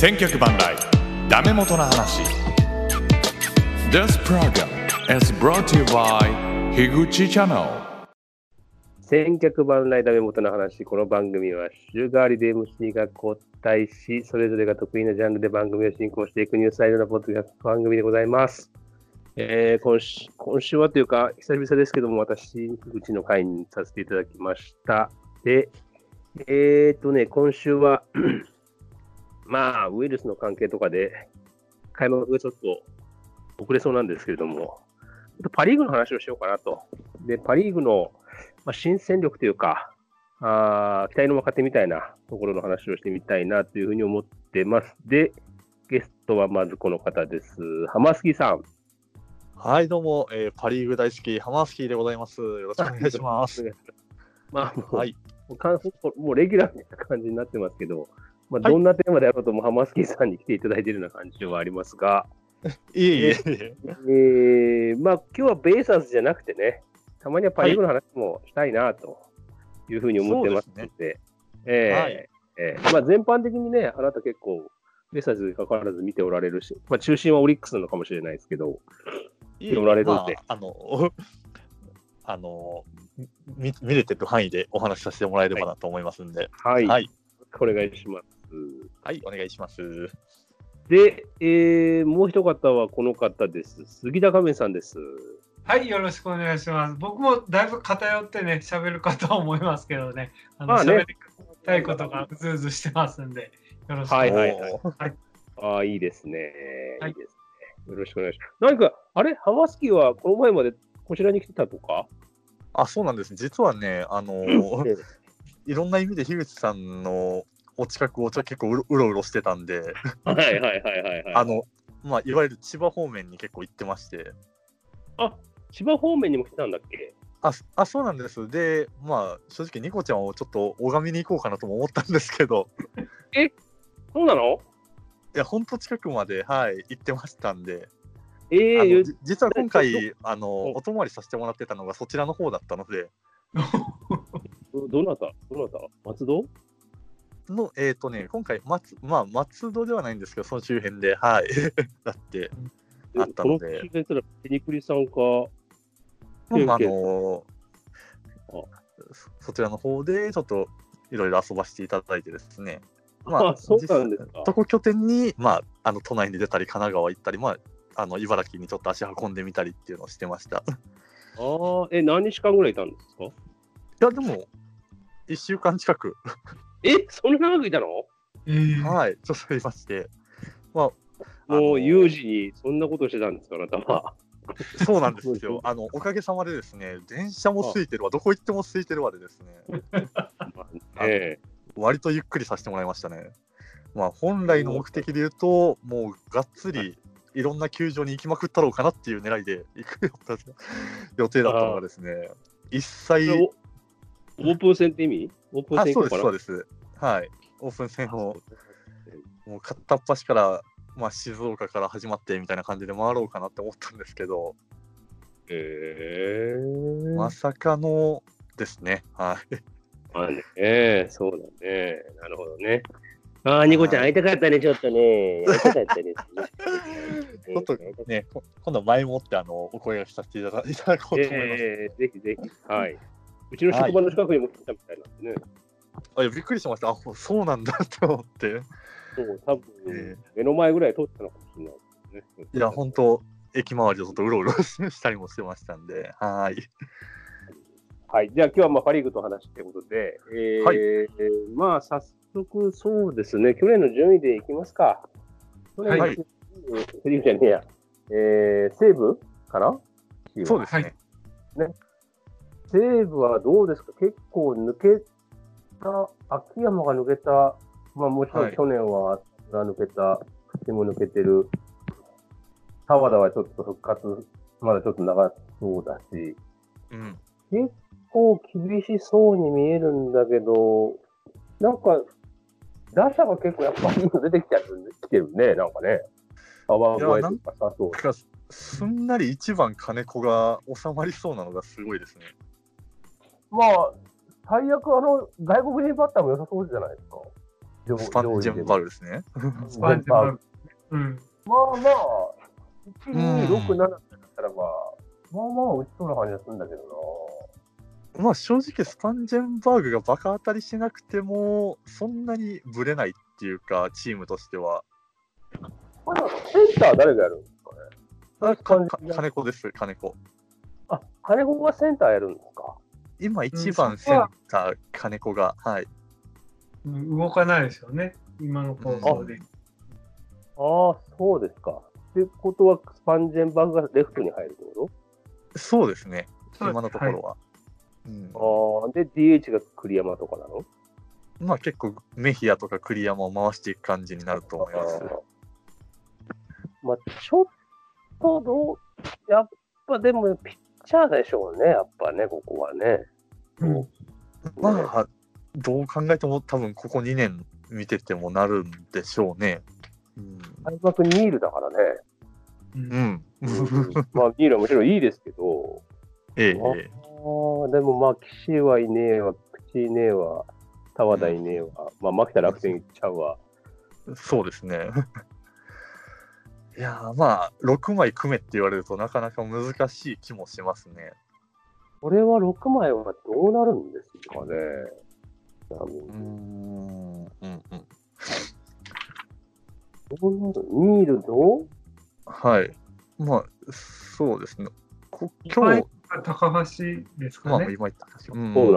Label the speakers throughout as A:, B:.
A: 千曲万来ダメ元の話 This program is brought to you by 樋口チャンネル
B: 千客万来ダメ元の話、この番組は週替わりで MC が交代し、それぞれが得意なジャンルで番組を進行していくニュースサイドのポッドキャスト番組でございます。えー今週今週はというか、久々ですけども、私、うちの会にさせていただきました。で、えっ、とね、今週は、 まあ、ウイルスの関係とかで、開幕がちょっと遅れそうなんですけれども、ちょっとパ・リーグの話をしようかなと。で、パ・リーグのまあ、新戦力というか、あー期待の若手みたいなところの話をしてみたいなというふうに思ってます。で、ゲストはまずこの方です。浜杉さん。
C: はい、どうも、えーパ・リーグ大好き、ハマスキーでございます。よろしくお願いし ます。
B: ま あ、もう、
C: はい、
B: もう完もうレギュラーみたいな感じになってますけど、まあ、どんなテーマであろうとも、浜杉さんに来ていただいているような感じはありますが、
C: いえいえいえ、
B: えー、まあ、今日はベイサーズじゃなくてね、たまにはパ・リーグの話もしたいなというふうに思ってますので、えー
C: はい
B: えーまあ、全般的にね、あなた結構、ベイサーズに関わらず見ておられるし、まあ、中心はオリックスなのかもしれないですけど、
C: いえいえ
B: おられるんで
C: まあ、あの、 あのみ見れてる範囲でお話しさせてもらえればなと思いますんで、
B: は、
C: はいい、はい、
B: お願いします。
C: お願いします。
B: で、えー、もう一方はこの方です。杉田亀さんです。
D: はい、よろしくお願いします。僕もだいぶ偏ってね、喋るかと思いますけどね、あの、
B: まあね
D: 喋りたいことがうずうずしてますんで、よろしくお
B: は
D: 願
B: い
D: いします。
B: はいはい
C: おー
B: ああ、いいですね。
D: はい
B: いいですね。よろしくお願いします。何か、あれ、ハマスキーはこの前までこちらに来てたとか
C: あ、そうなんです。実はね、あの、
B: ええ
C: いろんな意味で樋口さんのお近くをちょ結構うろうろうろしてたんで、
B: はいはいはいはい、はい。
C: あの、まあ、いわゆる千葉方面に結構行ってまして、
B: 千葉方面にも来てたんだっけ
C: ああそうなんです。で、まあ、正直、ニコちゃんをちょっと拝みに行こうかなとも思ったんですけど、
B: そうなの
C: いや、ほんと近くまで、はい、行ってましたんで、
B: ええ
C: あの
B: ゆ
C: じ実は今回、あ
B: うん
C: の、お泊まりさせてもらってたのがそちらの方だったので、
B: どどなたどなた松戸
C: の、えっ、とね、今回、松、まあ、松戸ではないんですけど、その周辺で、はい、 だって、あったので
B: この周辺すらペニクリさんか。
C: まあまあ、あ
B: 休憩
C: のそそちらの方で、ちょっと、いろいろ遊ばせていただいてですね、ま
B: あ そうなんですか
C: 実そこ拠点に、まあ、あの、都内に出たり、神奈川行ったり、まあ、あの、茨城にちょっと足運んでみたりっていうのをしてました。
B: ああ、え、何日間ぐらいいたんですか
C: いや、でも、1週間近く、
B: え、そんな長くいたの
D: えー
C: はい、ちょっといまして、まあ、あの
B: もう有事にそんなことしてたんですか、あなたは。
C: そうな んですよ。あの、おかげさまでですね、電車も空いてるわ、どこ行っても空いてるわでですね、 あの
B: ええ
C: 割とゆっくりさせてもらいましたね。まあ、本来の目的で言うと、もうがっつりいろんな球場に行きまくったろうかなっていう狙いで 行く予定予定だったのがですね、一
B: それ
C: 切、
B: おオープン戦って意味オープン
C: あ、
B: 戦
C: そう
B: 行
C: です、
B: こ
C: そう
B: う
C: です。はい、オープン戦
B: かな
C: を。もう片っ端から、まあ、静岡から始まってみたいな感じで回ろうかなって思ったんですけど、
B: へえ
C: まさかのですね。はい。
B: まあね、ええそうだね。なるほどね。ああ、ニコちゃん、会いたかったね、ちょっとね。会いたかったです、
C: ちょっとね、こ今度前もってあのお声がけさせていただいただこうと思います。
B: ええぜひぜひ。はい。うちの職場の近くにも来たみたいなんでね。
C: あいやびっくりしました。あほそうなんだと思 って。
B: そう、多
C: え
B: 分、目の前ぐらい通ってたのかもしれないですね。
C: いや、本当駅周りをちょっとうろうろしたりもしてましたんで、はい。
B: はい。じゃあ今日はまあパ・リーグと話ということで、えー
C: はい
B: えーまあ早速そうですね、去年の順位でいきますか。去年の
C: はい
B: セ・リーグじゃねえや、えー、西武かな
C: そうですね。
D: はい
B: 西武はどうですか結構抜けた、秋山が抜けた、まあもちろ
C: は
B: ん
C: い
B: 去年はが抜けた、でも抜けてる。沢田はちょっと復活、まだちょっと長そうだし。
C: うん。
B: 結構厳しそうに見えるんだけど、なんか、打者が結構やっぱり今出てきちゃってきてるね、なんかね。泡声とかさ、そう
C: だ。からすんなり一番金子が収まりそうなのがすごいですね。
B: まあ、最悪、あの、外国人バッターも良さそうじゃないですか。
E: 上
C: スパンジェンバルですね。
D: スパンジェンバル。うん。
B: まあまあ、1、2、6、7だったらまあ、まあまあ、打ちそうな感じがするんだけど
C: まあ正直スパンジェンバーグがバカ当たりしなくてもそんなにブレないっていうかチームとしては
B: な。これなんかセンター誰がやるんですかね
C: あかか
B: 金
C: 金子です金子
B: あ、金子がセンターやるんですか
C: 今一
D: うん
C: 番
D: そ
C: セ
D: こ
C: ン
D: は
C: ター金子がはい
D: うん動かないですよね。今の構想で。
B: ああ、そうですか。ってことは、スパンジェンバーグがレフトに入るってこ
C: そうですね
D: そう
C: 今のところは、うん
B: とああ、で、DH が栗山とかなの
C: まあ結構メヒアとか栗山を回していく感じになると思います
B: まあ、ちょっとどう、やっぱでも、ピッチャーでしょうね、やっぱね、ここはね。
D: うん
B: ね
C: まあどう考えても多分ここ2年見ててもなるんでしょうねうん、
B: 開幕ニールだからね。
D: うん
C: うん、
B: まあ、ニールはもちろんいいですけど、
C: ええ
B: あ
C: ええ
B: ーでもまあ、岸はいねえわ、口いねえわ、田和田いねえわ、まあ、牧田楽天行っちゃうわ。
C: そうですね。 いやーまあ6枚組めって言われるとなかなか難しい気もしますね。
B: これは6枚はどうなるんですかね。
C: んうんうん。
B: どうなるニールどう
C: はい。まあそうですね。こ今
D: 今
C: 日
D: 日、高橋です
C: ま
D: か
C: あ
D: ね。
C: 今井と、うん
B: コー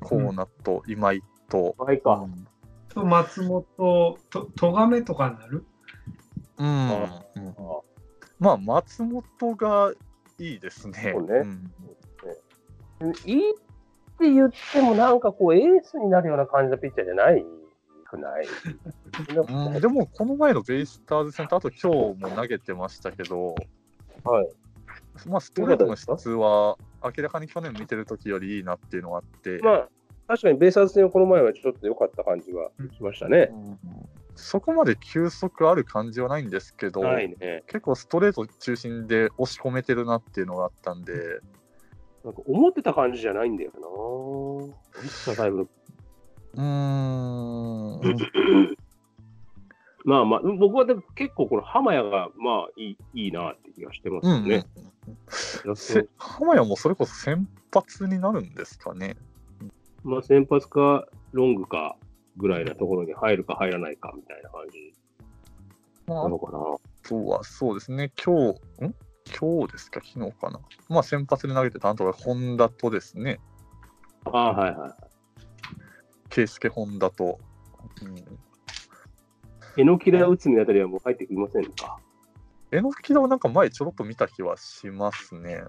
C: コーナと今井と、
B: 倍
C: う
B: か。
C: ん
D: と松本、と、とがめとかなる
C: うん
B: あ
C: うん
B: あー
C: まあ松本がいいですね。
B: そうね
C: ん
B: いいって言っても、なんかこう、エースになるような感じのピッチャーじゃないくない。
C: うんでもこの前のベイスターズ戦とあと今日も投げてましたけど、
B: はい
C: まあ、ストレートの質は明らかに去年見てる時よりいいなっていうのがあって、
B: まあ、確かにベイスターズ戦はこの前はちょっと良かった感じはしましたね
C: う。んそこまで球速ある感じはないんですけど、
B: ないね。
C: 結構ストレート中心で押し込めてるなっていうのがあったんで、
B: なんか思ってた感じじゃないんだよな。思ってたタイプの
C: うーん、
B: まあまあ、僕はでも結構この浜谷がまあいいいいなって気がしてます
C: う
B: よ
C: ん、
B: ね。
C: せ浜谷もそれこそ先発になるんですかね。
B: まあ先発かロングかぐらいなところに入るか入らないかみたいな感じ
C: まあ
B: なのかな。
C: とはそうですね、今日、ん今日ですか、昨日かな。まあ、先発で投げてたなんとか、本田とですね、
B: ああ、はいは
C: 圭佑本田と、うん、
B: い。えのきら内海あたりはもう入ってきませんか。
C: えのきだをなんか前ちょろっと見た気はしますね。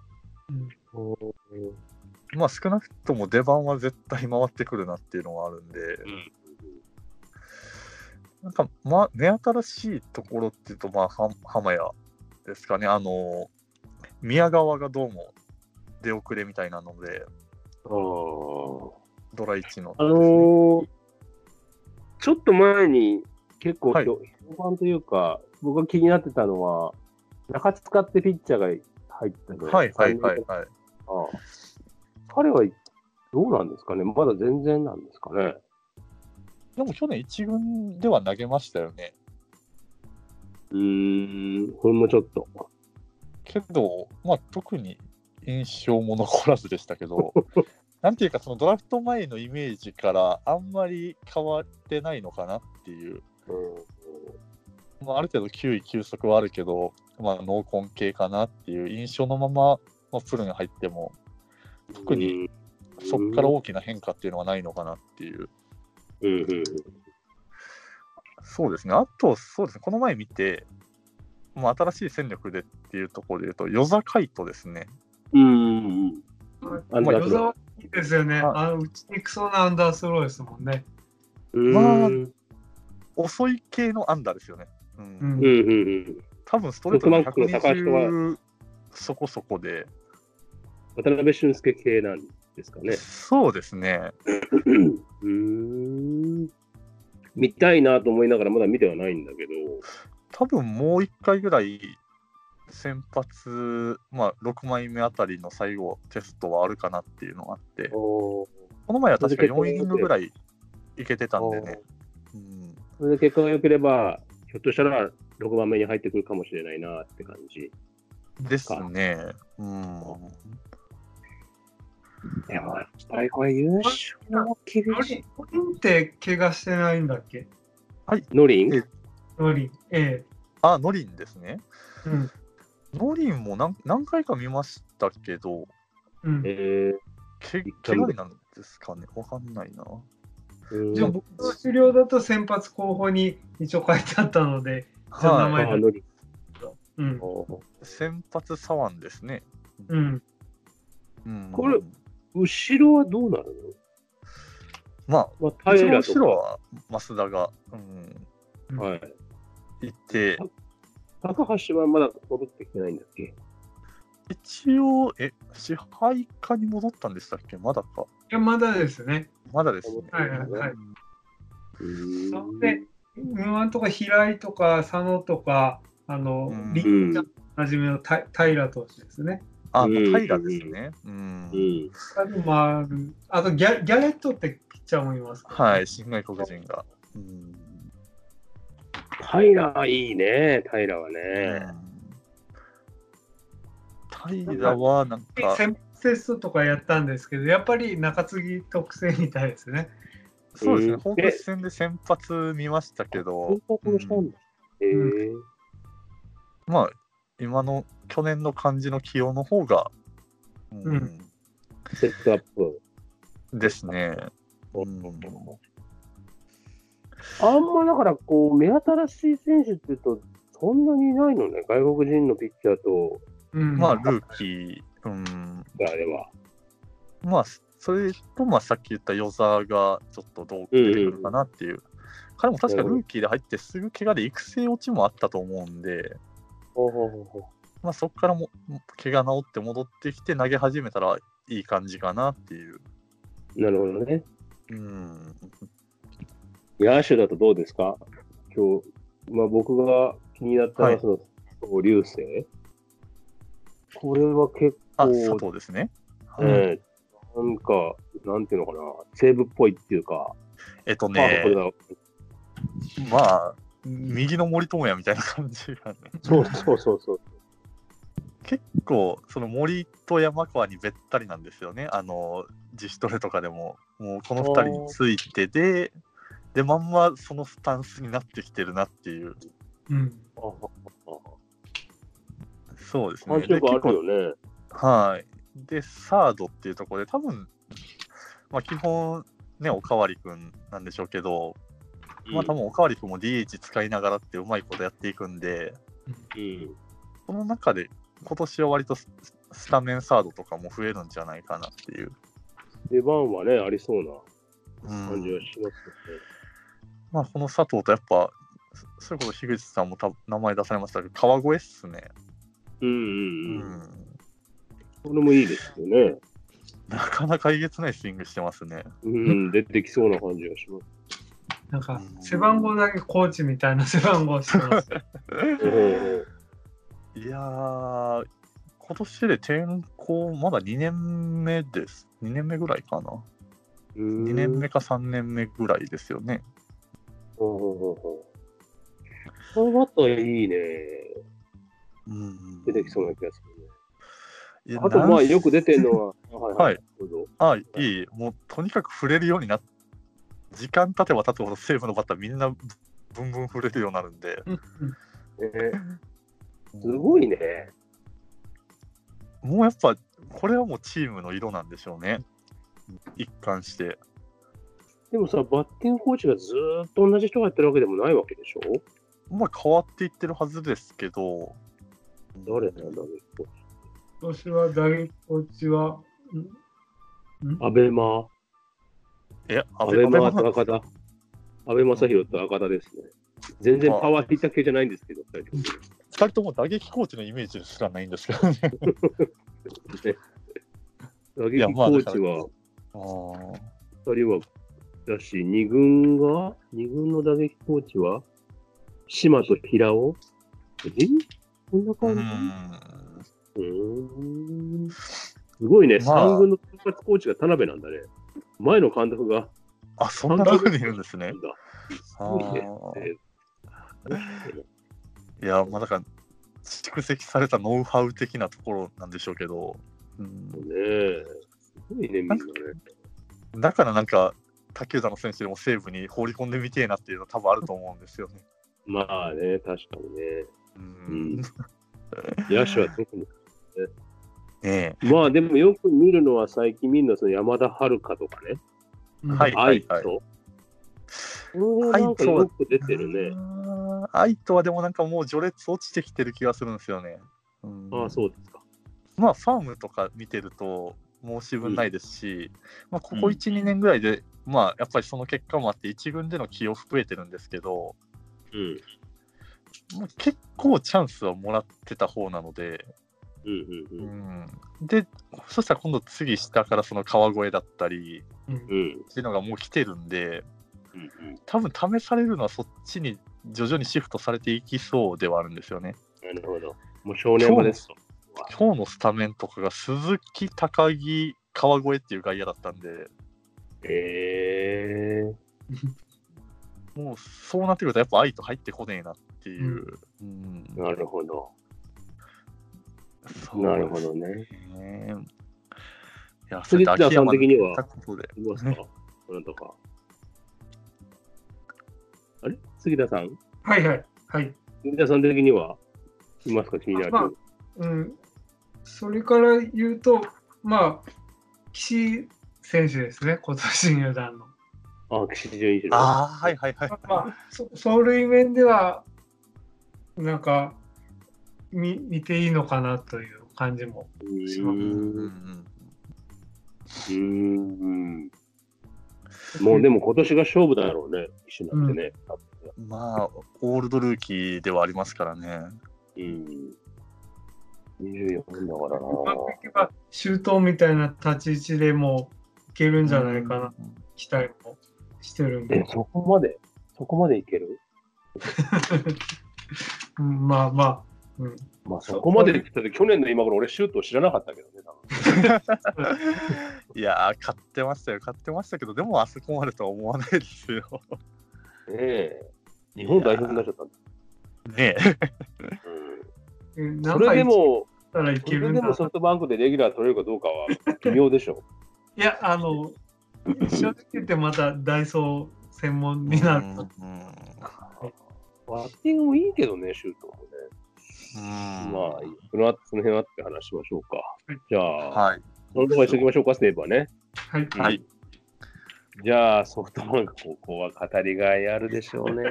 C: まあ、少なくとも出番は絶対回ってくるなっていうのはあるん
B: ん
C: で、なんか、ま、目新しいところっていうと、まあ、は浜谷ですかね、あの、宮川がどうも出遅れみたいなので、
B: あー
C: ドラ1の、
B: あのーちょっと前に結構、
C: はい
B: 評判というか、僕が気になってたのは、中塚ってピッチャーが入ったの
C: はいはいはいはい。
B: ああ彼はどうなんですかね、まだ全然なんですかね。
C: でも去年一軍では投げましたよね。
B: うーん、ほんのちょっと。
C: けど、まあ、特に印象も残らずでしたけ ど、なんていうか、そのドラフト前のイメージからあんまり変わってないのかなっていう、まあ、ある程度球威、球速はあるけど、まあ、濃紺系かなっていう印象のまま、まあ、プロに入っても、特にそこから
B: うん
C: 大きな変化っていうのはないのかなっていう。
B: うんうん
C: そうですね、あと、そうですね、この前見て、まあ、新しい戦力でっていうところで言うと、与座海斗ですね。
B: うんうんうんアンダー
D: 与
B: スロ
D: 沢いいですよ
C: は
D: ね。
C: い
D: あの、打ちにくそうなアンダースローですもんね。
B: ー。う
C: ま
B: ー
C: あ
B: ん
C: 遅い系のアンダーですよね。う、
D: うん
B: うんんう。ん
C: 多分ストレートが
B: ソフトバンクの高橋とは
C: 120そこそこで、
B: うん、渡辺俊介系なんですかね。
C: そうですね。
B: うーん見たいなと思いながらまだ見てはないんだけど、
C: 多分もう1回ぐらい先発、まあ、6枚目あたりの最後テストはあるかなっていうのがあって、この前は確か4イニングぐらいいけてたんでね、
B: それで結果が良ければ、ひょっとしたら6番目に入ってくるかもしれないなって感じ。
C: ですね。うん。
B: でもやっぱりこれ優勝は厳
D: ノ
B: しい。
D: リノリンって怪我してないんだっけ
B: ノリン
D: ノリン。え
C: あ、ノリンですね。
D: え。うん。
C: ノリンも何何回か見ましたけど、
D: うん。
B: え
C: け
B: 一回
C: 怪
B: も
C: 我になるんですかねわかんないな。
B: ー、
D: じゃあ
B: うん
D: 僕の資料だと先発候補に一応書いてあったので、じゃあ名
B: あ
D: 前
B: ーノリン
D: うん。
C: 先発左腕ですね。
D: うん。
C: うん、
B: これ後ろはどうなる
C: ま
B: の、ま
C: あ、
B: あ、
C: 一
B: 平
C: 番
B: と
C: 後ろ
B: か、
C: は増田が、うん、
B: はい、
C: いて、
B: 高橋はまだ戻ってきてないんだっけ
C: 一応、え、支配下に戻ったんでしたっけまだか。
D: いや、まだですね。
C: まだですね。
D: はいはいはい。
B: うーん
D: そうね今のところ平井とか佐野とか、あの
C: うん、
D: りんちゃんはじめのた平投手ですね。
C: あ、
B: うん
C: 平良ですね。うん。
B: うん
D: 他にもある。あとギャ、ギャレットってピッチャーもいますか
C: はい、新外国人が。うん。
B: 平いいね、平はね。
C: 平良は、なん
D: ら。
C: か、
D: 先発テストとかやったんですけど、やっぱり中継ぎ特性みたいですね。
C: そうです
B: う
C: ね、
B: ん
C: 本拠地戦で先発見ましたけど、
B: 本格したんだ。えー
C: まあ、今の去年の感じの起用の方が、うん、
B: セットアップ。
C: ですね。うん
B: あんまだから、こう、目新しい選手っていうと、そんなにいないのね、外国人のピッチャーと、
D: うん。
C: まあ、ルーキー、うん、
B: あれは。
C: まあ、それと、まあ、さっき言った与沢がちょっとどう出てくるかなっていう。彼も確かルーキーで入ってすぐ怪我で育成落ちもあったと思うんで、
B: ほうほうほうほう
C: まあ、そこからも怪我治って戻ってきて投げ始めたらいい感じかなっていう。
B: なるほどね。
C: うん、
B: 野手だとどうですか今日、まあ、僕が気になったの
C: は
B: はいその、流星。これは結
C: あ、
B: 構、
C: 佐藤ですね。はい
B: ねなんか、なんていうのかな、西武っぽいっていうか、
C: えっと
B: まあ
C: ね
B: これ、だろう
C: まあ、右の森友哉みたいな感じがね、
B: そうそうそう そう。
C: 結構、その森と山川にべったりなんですよね、あの、自主トレとかでも、もうこの2人についてで、で、まんまそのスタンスになってきてるなっていう、
D: うん。
C: そうですね。
B: 感
C: で
B: 触
C: 結
B: ある
C: 構
B: よね。
C: はい。で、サードっていうところで、多分まあ、基本、ね、おかわりくんなんでしょうけど、まあ、多分おかわりくんも DH 使いながらってうまいことやっていくんで、
B: うん
C: その中で今年は割とススタメンサードとかも増えるんじゃないかなっていう。
B: 出番はね、ありそうな
C: うん
B: 感じはします
C: まあ、この佐藤とやっぱ、そそれこそ樋口さんもた名前出されましたけど、川越っすね。
B: よね。うん
C: う
B: うんうん。
C: ん。
B: これもいいですよね。
C: なかなかえげつないスイングしてますね。
B: うん、出てきそうな感じがします。
D: なんか、背番号だけコーチみたいな背番号して ます。
B: うん
C: いやー、今年で転校、まだ2年目です。2年目ぐらいかな。2年目。か3年目ぐらいですよね。
B: うんうんうんうんこのバットはいいね。
C: うん
B: 出てきそうな気がするね。
C: いや
B: あと、ま
C: な
B: あ、
C: ん
B: よく出てるのは、 はい
C: はい。
B: どうぞ
C: あ、いい、もうとにかく触れるようになっ時間経てば経つほど西武のバッターみんなぶぶんぶん触れるようになるんで、
D: うん
B: ねすごいね。
C: もうやっぱ、これはもうチームの色なんでしょうね、一貫して。
B: でもさ、バッティングコーチがずーっと同じ人がやってるわけでもないわけでしょ
C: まあ変わっていってるはずですけど、
B: 誰なんだろ
D: 今年は誰、こっちは、ん
B: う。アベマ。
C: え、
B: 阿
C: 阿
B: 部
C: 部
B: マ
C: 真
B: と赤田。阿部正宏と赤田ですね。全然パワーヒッター系じゃないんですけど、大丈
C: 2人とも打撃コーチのイメージすらないんです けどね。
B: 夫ね。打
C: いや
B: 撃コ
C: まあ
B: ーチは、
C: あー
B: 二人は、だし、二軍が、二軍の打撃コーチは、島と平尾えこんな
C: う
B: 感
C: ん
B: じうーん。すごいね、
C: まあ
B: 三軍の先発コーチが田辺なんだね。前の監督が
C: あ、そんなとこにいるんですね。
B: すごいね。
C: あー
B: え
C: いや、まあだから、蓄積されたノウハウ的なところなんでしょうけど、うん、
B: ーねすごいね、みんなね。
C: だからなんか、他球団の選手でも西武に放り込んでみてえなっていうのは多分あると思うんですよね。
B: まあね、確かにね。
C: う
B: うんん。野手は特に。
C: ね
B: まあでもよく見るのは最近見るのはその山田遥とかね。
D: うん
C: はい
B: 愛と。これはなんかよく出
C: え
B: てるね。
C: あー愛とはでもなんかもう序列落ちてきてる気がするんですよね。うん
B: ああ、そうですか。
C: まあファームとか見てると申し分ないですし、まあ、ここ
A: うん
C: 1、2年ぐらいで、まあ、やっぱりその結果もあって1軍での起用増えてるんですけど、
B: うん。
C: もう結構チャンスはもらってた方なので、
B: うんう
C: うんん、でそしたら今度次下からその川越だったり
D: うん
B: うん。うん
C: っていうのがもう来てるんで
B: うんうん。
C: 多分試されるのはそっちに徐々にシフトされていきそうではあるんですよね。
B: なるほど。もう少年もですと。
C: 今日のスタメンとかが鈴木、高木、川越っていう外野だったんで、
B: ええ
C: もうそうなってくると、やっぱ愛と入ってこねえなっていう。うん
B: なるほど。
C: そうです
B: なるほどね。
C: ね。いや、
B: それって
C: 秋山
B: さん的には
C: 言ったことで
B: どうですかあなたか。あれ杉田さん
D: はいはいはい。
B: 杉田さん的にはいますか気になる。
D: まあうん、それから言うと、まあ、岸選手ですね、今年入団の。
B: あ、岸潤一郎。
C: ああ、はいはいはい。
D: まあ、そ走塁面では、なんか、み見ていいのかなという感じも。
B: うー。
C: うんうんうんん
B: うーんもうでも今年が勝負だろうね、岸なんてね。
C: まあ、オールドルーキーではありますからね。
B: うん。24だからな。
D: うまくいけば、周東みたいな立ち位置でもいけるんじゃないかな、期待もしてるん
B: え
D: で、。
B: そこまで、そこまでいける
D: うん、まあまあ、うん、
B: まあ
D: そ
B: そこまでいってたって去年の今頃俺シュート知らなかったけどね、多分
C: いやー、買ってましたよ、買ってましたけど、でもあそこまでとは思わないですよ。
B: ねえ日本代表になっちゃったんだ。
C: ねえ。
D: うん
B: うん、それで、も、
D: なんかい
B: そ
D: つかったらいける
B: れ
D: ん
B: で
D: だな
B: もソフトバンクでレギュラー取れるかどうかは微妙でしょ。
D: いや、あの、正直言ってまたダイソー専門になると。
C: うんうん
B: バッティングもいいけどね、シュートもね。まあ、その後その辺はって話しましょうか。じゃ
C: あ
B: あ、
C: はい。
B: そのとこにしときましょうか、スネープはね。
D: はい。
C: はい。
B: じゃあ、ソフトバンク、ここは語りがいあるでしょう ね。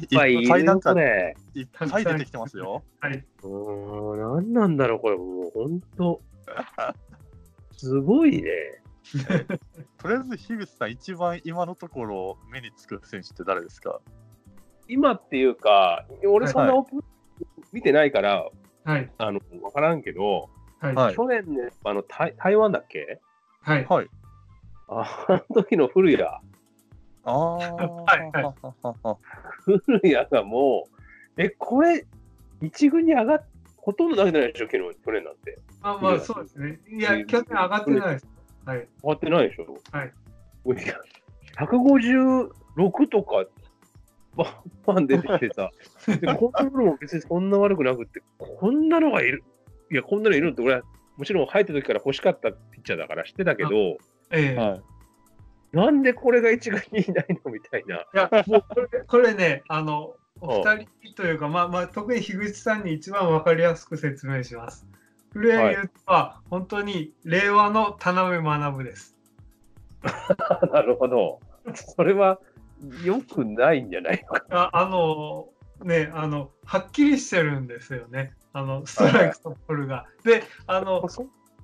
C: え
B: いっぱい
C: い
B: い
C: っぱい
B: る
C: なん
B: よ、
C: か
B: こ、れ。
C: いっぱい出てきてますよ。
D: はい。
B: うーん、なんなんだろう、これ、もう、ほん と。すごいね。
C: とりあえず、樋口さん、一番今のところ目につく選手って誰ですか
B: 今っていうか、俺、そん
C: は
B: ないオープン見てないから、
D: はい。
B: あの、わからんけど、
D: はい。
C: はい
B: 去年ね、あの、台台湾だっけ
D: はい。
C: はい。
B: ああの時の古谷、
C: ああ。
D: はいはい
C: は
B: 古谷がもう、え、これ、一軍に上がっ、ほとんど投げてないでしょ、昨日、去年なんて。
D: まあまあ、そうですね。いや、去年上がってないです。はい。
B: 上がってないでしょ。
D: はい。
B: 156とか、バンバン出てきて さ、でコントロールも別にそんな悪くなくって、こんなのがいる、いや、こんなのいるのって、俺はもちろん入った時から欲しかったピッチャーだから知ってたけど、
D: ええ
C: はい。
B: なんでこれが一軍にいないのみたいな。
D: いや、もうこれ、これね、あの、お二人というか、まあまあ、特に樋口さんに一番わかりやすく説明します。古谷優斗は、本当に令和の田辺学です。
B: なるほど。それは良くないんじゃないのか。
D: ああの、ね、あの、はっきりしてるんですよね。あの、ストライクとボールが。で、あの、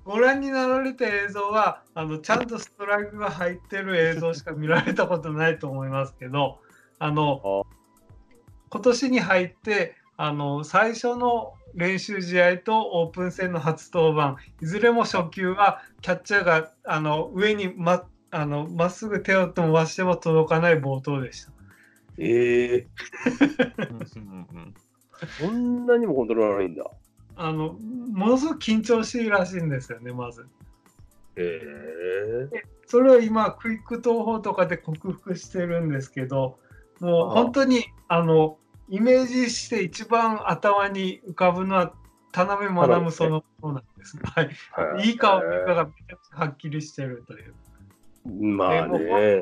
D: ご覧になられた映像はあのちゃんとストライクが入ってる映像しか見られたことないと思いますけどあの今年に入ってあの最初の練習試合とオープン戦の初登板いずれも初球はキャッチャーがあの上にまあのまっすぐ手を伸ばしても届かない暴投でした。
B: ええ
C: うんうんうん
B: そんなにもコントロール悪いんだ。
D: あのものすごく緊張しているらしいんですよねまず。
B: え
D: それを今クイック投法とかで克服してるんですけどもう
C: ああ
D: 本当にあのイメージして一番頭に浮かぶのは田辺
B: 田
D: 学
B: 辺
D: ぶその方なん ですが、はい
B: はい
D: いい顔がめちゃくちゃはっきりしてるという
B: まあね。
D: で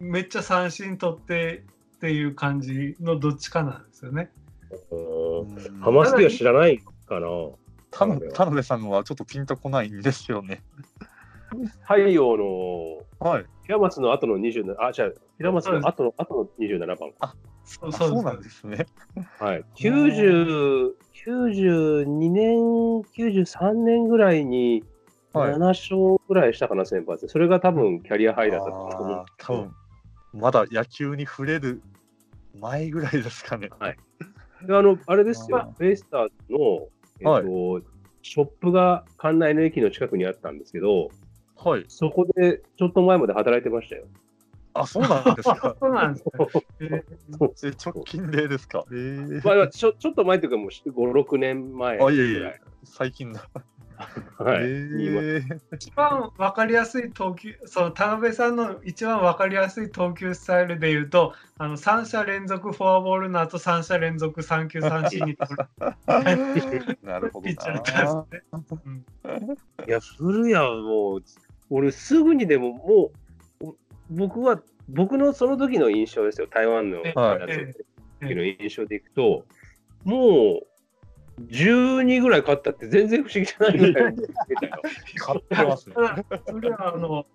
D: めっちゃ三振取ってっていう感じのどっちかなんですよね。
B: うん
C: うん
B: ハマステは知らないかな。
C: 田辺田辺さんのはちょっとピンとこないんですよね。
B: 太陽の
C: はい。
B: 平松の後の27、あ、じゃ平松の後の後の27番か。
D: そ
C: あ
D: う
C: そ
D: そうう
C: なん
D: で。。
C: ですすね。
B: はい。90、92年、93年ぐらいに
C: はい
B: 7勝ぐらいしたかな、先発。それが多分キャリアハイだったと思
C: あ
B: う
C: ー多分まだ野球に触れる前ぐらいですかね。
B: であの、あれです
C: あ
B: よ、ベイスターズの、えっとショップが関内の駅の近くにあったんですけど、
C: はい。
B: そこでちょっと前まで働いてましたよ。
C: あ、そうなんですか
D: そうなんですね。えー
C: え直近でですか。えー
B: まあ、ちょ ちょっと前というか、もう5、6年前ぐ
C: あ
B: ら
C: い
B: い。
C: えいえ最近だ。
B: はい
C: え
D: 一番分かりやすい投球、その田辺さんの一番分かりやすい投球スタイルで言うと、あの3者連続フォアボールの後3者連続三球三振に取 る
C: ーなるほど
D: ピッチャーだったんです
C: な。
D: ね。
B: いや、古谷はもう、俺、すぐにでも、もう、お僕は、僕のその時の印象ですよ、台湾の
D: え
C: はい
B: やつ
D: え
B: 時の印象でいくと、もう、12ぐらい勝ったって全然不思議じゃないぐらい出たよ。
C: 買ってますね
D: た。だそれはあの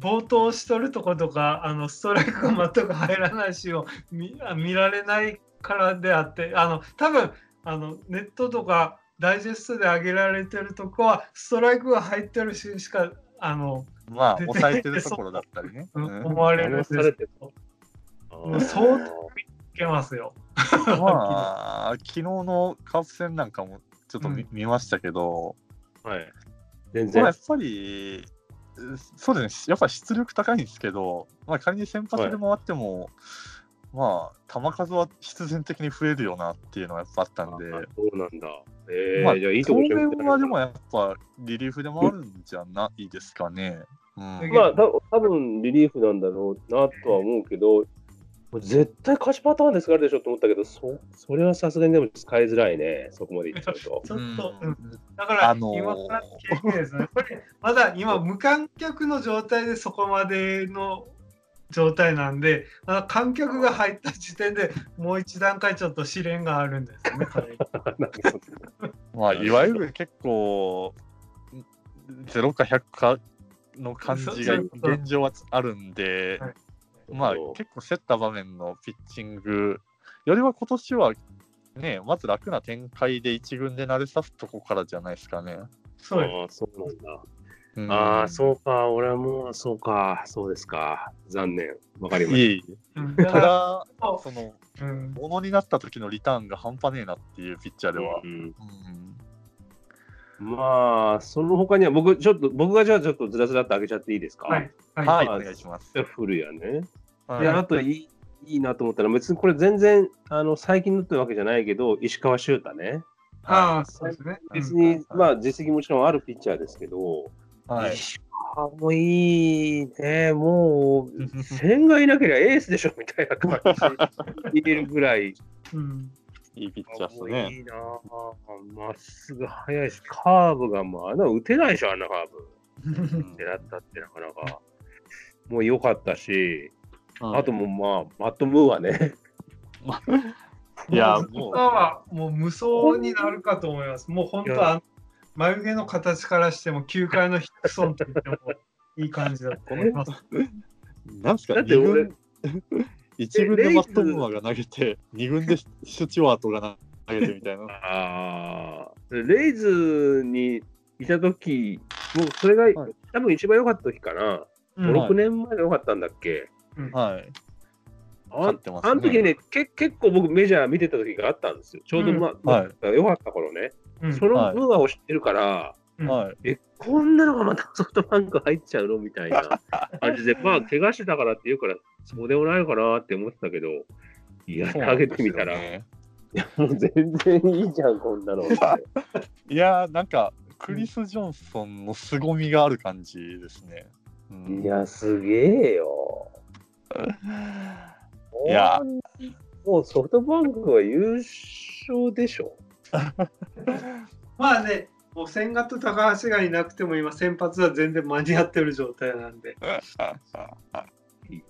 D: 冒頭しとるとことかあのストライクが全く入らないしを見あ見られないからであってあの多分あのネットとかダイジェストで上げられてるとこはストライクが入ってるししかあの、
C: まあ抑えてるところだったりね。
D: うん
C: うん
D: 思われ
B: 騙
D: るんです
B: されて も
D: もう相当見つけますよ。
C: まあ昨日のカープ戦なんかもちょっと見,、
D: うん
C: 見ましたけど。
B: はい。全
C: まあ、
B: 然
C: やっ。ぱり、うそうですね、やっぱり出力高いんですけど、まあ、仮に先発で回っても、まあ、球数は必然的に増えるよなっていうのはやっぱあったんで、
B: そうなんだ。えー
C: まあ、
B: じゃあいいと
C: 当
B: こ
C: 面はでもやっぱリリーフで回るんじゃないですかね。うん
D: うん
B: まあ、た多分リリーフなんだろうなとは思うけど、絶対勝ちパターンで使われるでしょと思ったけど、そそれはさすがにでも使いづらいね、そこまでいっちゃうと
D: 。ちょっと、
C: う
D: うんんだから、
C: あのー
D: 今から経験ですね。これまだ今無観客の状態でそこまでの状態なんで、あの観客が入った時点でもう一段階ちょっと試練があるんです
B: な
D: ね。
B: るほど
C: まあ、いわゆる結構、0か100かの感じが
D: そうそう
C: 現状はあるんで
D: はい、
C: まあ
B: そう
C: 結構競った場面のピッチングよりは今年はね、まず楽な展開で一軍で慣れさすとこからじゃないですかね。
D: そう
B: ああ、
D: です。
B: そうなんだ。
C: うん
B: ああ、そうか、俺はもう、そうか、そうですか。残念。わかりま
C: い
B: し
C: えいえ
D: うんだ
C: た
D: か
C: だ、
D: ら、
C: その、
D: うん、
C: ものになった時のリターンが半端ねえなっていうピッチャー
B: た。
C: では
B: う。ん
C: うん
B: まあ、その他には、僕、ちょっと、僕がじゃあちょっとずらずらっと上げちゃっていいですか。
D: はい。はい。
C: はい、
B: まあ
C: お願いします。
B: じゃあ古谷ね。
C: はい
B: や、あといい、いいなと思ったら、別にこれ全然、あの、最近のってわけじゃないけど、石川修太ね。
D: ああ、そうですね。
B: 別
D: うん
B: に、まあ、実績もちろんあるピッチャーですけど、
C: はい
B: 石川もいいね、もう、千がいなければエースでしょみたいな感じでいるぐらい、
D: うん
C: いいピッチャーです
B: もう
C: ね。
B: いいなぁ、まっすぐ速いし、カーブが、まあ、あの打てないでしょ、あんなカーブ。狙ったってなかなか。もう良かったし、あともう、まあ、マット・ムーはね、
C: いや、
D: も
C: も
D: う
C: う。
D: はもう無双になるかと思います。もう本当は眉毛の形からしても球界のヒクソンと言ってもいい感じだと思います。
C: なんすか
B: だって俺、
C: 一軍でマット・ムーアが投げて、二軍でシュチュワートが投げて みたいな。
B: あーレイズにいた時もうそれが、
C: はい
B: 多分一番良かった時かな、
D: うん
B: 5、
C: はい
B: 6年前が良かったんだっけ、
C: はい。
B: あ
C: 勝っ
B: ん
C: てますね
B: あの時ねけ、結構僕、メジャー見てた時があったんですよ、ちょうど、
D: うん
B: ま
C: は
B: まあ良かった頃ね、
D: うん
B: その
C: はい
B: ムーアを知ってるから、
D: うん
C: はい。
B: え、こんなのがまたソフトバンク入っちゃうのみたい な感じで、まあ、怪我してたからって言うから、そうでもないのかなって思ってたけど、いや、
C: そう
B: 投
C: なん
B: げ
C: です
B: てみ
C: よね
B: た ら、もう全然いいじゃん、こんなの。
C: いやー、なんか、クリス・ジョンソンの凄みがある感じですね。うん
B: いや、すげえよ。
C: いや、
B: もうソフトバンクは優勝でしょ。
D: まあね、もう千賀と高橋がいなくても今、先発は全然間に合ってる状態なんで、
B: いいよ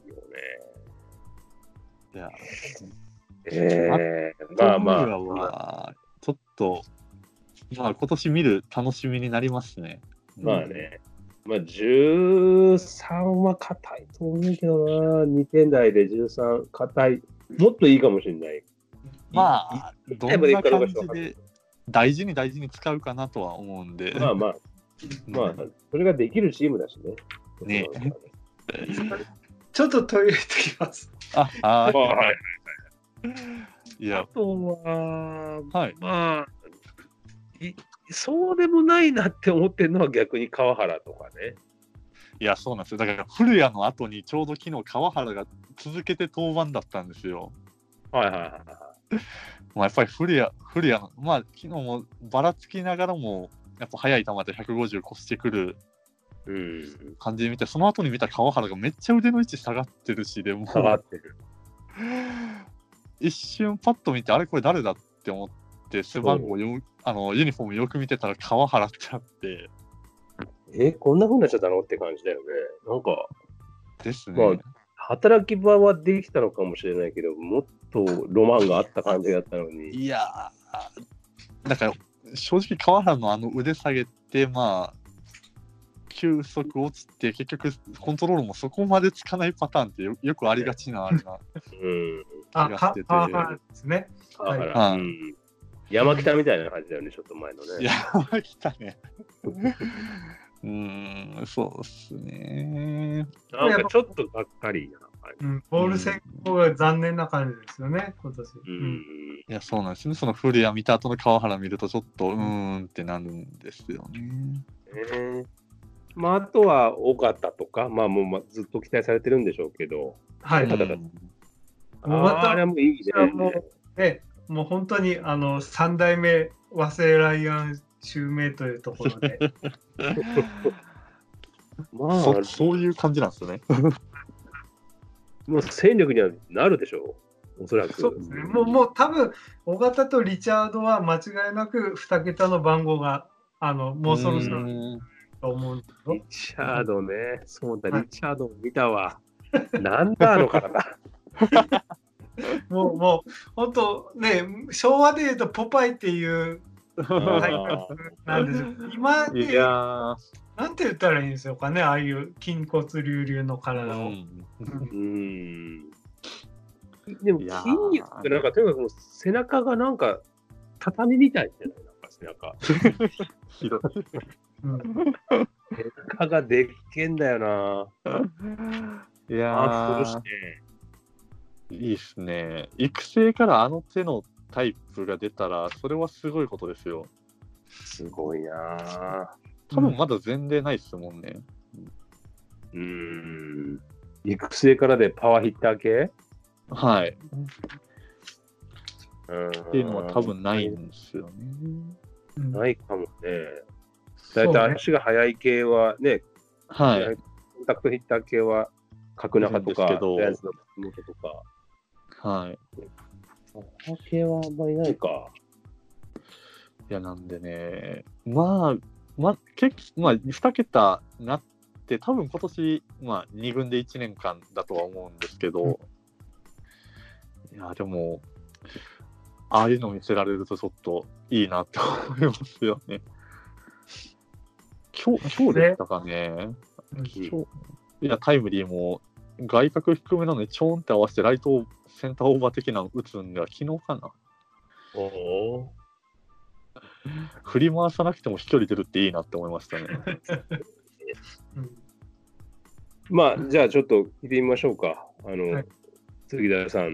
C: いや
B: ね。ええまあまあ、まあ、
C: あ、ちょっと、まあ、今年見る楽しみになりますね。
B: まあね。まあ、13は硬いと思うけどな。2点台で13、硬い。もっといいかもしれない。
C: まあ、ど
B: い
C: んな感
B: いい
C: じで大事に大事に使うかなとは思うんで、
B: まあまあ、まあ、それができるチームだしね。
C: ね
D: ちょっとトイレ行ってきます。
C: あ、あ
B: まあはい
C: ーいや、
B: とは、
C: はい。
B: まあ、いそうでもないなって思ってるのは逆に川原とかね。
C: いや、そうなんですよ。だから、古谷の後にちょうど昨日、川原が続けて登板だったんですよ。
B: はいはいはい。
C: まあ、やっぱり古谷、古谷の、まあ、昨日もばらつきながらも、やっぱ速い球で150越してくる
B: うん。
C: 感じで見て、その後に見た川原がめっちゃ腕の位置下がってるし、でもう、
B: 下がってる。
C: 一瞬パッと見て、あれこれ誰だって思って、背番号よ、あの、ユニフォームよく見てたら川原ってあって、
B: え、こんな風になっちゃったのって感じだよね。なんか、
C: ですね。
B: まあ働き場はできたのかもしれないけど、もっとロマンがあった感じだったのに。
C: いやー、だから正直、川原のあの腕下げて、まあ、球速落ちて、結局、コントロールもそこまでつかないパターンってよよくありがちなあれ
B: う
C: な
B: ん。
D: あ、
C: 気が
D: か
C: してて
D: パワハラですね。
B: 川原、
C: はい
B: うん。山北みたいな感じだよね、ちょっと前のね。
C: いや、来たね。うーん、そうっすね。
B: なんかちょっとがっかりな感じ。
D: うん、ボール先行が残念な感じですよね、今年。
B: う
D: うん
B: ん。
C: いや、そうなんですね。その古谷見た後の川原見ると、ちょっと、うーんってなるんですよね。
B: えーまあ、あとは尾形とか、まあもうまずっと期待されてるんでしょうけど、
D: は
C: う
D: い。
B: ん
C: ん
B: あ
D: 尾形
B: ーあれはもういいね
D: いやもうで、もう本当にあの3代目和製ライアン襲名というところで、
B: まあ、
C: そそういう感じなんですよね。
B: もう戦力にはなるでしょう、おそらく。
D: そうですね、もうもう多分、尾形とリチャードは間違いなく2桁の番号があのもうそろそろ
C: う
D: だ
C: ー ん
D: と思うんです
B: リ
D: よ。
B: チャードね、そうだ、
D: はい
B: リチャードも見たわ。なんだあの体。
D: もう、もう本当ね、昭和で言うとポパイっていうタイ
B: あ
D: プなんですよ。今
C: い
D: で
C: やー
D: なんて言ったらいいんですかね、ああいう筋骨隆々の
C: う
D: 体を。
C: ん
B: ーうん。でも
C: い
B: 筋
C: やー
B: 肉ってなんか、とにかくもう背中がなんか畳みたいじゃないなんか背中。
C: ひどい
D: うん
B: 背中がでっけんだよないあ
C: や
B: あ、苦し
C: ーいいっすね。育成からあの手のタイプが出たら、それはすごいことですよ。
B: すごいな
C: 多分まだ前例ないっすもんね。
B: うーん。育成からでパワーヒッター系
C: はい。っ
B: うん。って
C: いうのは多分ないんですよね。
D: うん
B: ないかもね。
D: そ
B: だ
D: う
B: い
D: ね
B: たい足が速い系はね、
C: はい。
B: コンタクトヒッター系は角中とか、
C: いるんですけど
B: ジャイアンツの松本とか。
C: はい。
B: パワー系はあんまりないか。
C: いや、なんでね、まあ、ま、結まあ、2桁なって、多分今年、まあ、2軍で1年間だとは思うんですけど、いや、でも、ああいうの見せられると、ちょっといいなって思いますよね。今日、今日でしたかね。今日いや、タイムリーも、外角低めなのに、ちょんって合わせて、ライトセンターオーバー的なの打つんでは、昨日かな。
B: おお。
C: 振り回さなくても飛距離出るっていいなって思いましたね。
D: うん
B: まあ、じゃあちょっと聞いてみましょうか。あの、
D: はい
B: 杉田さん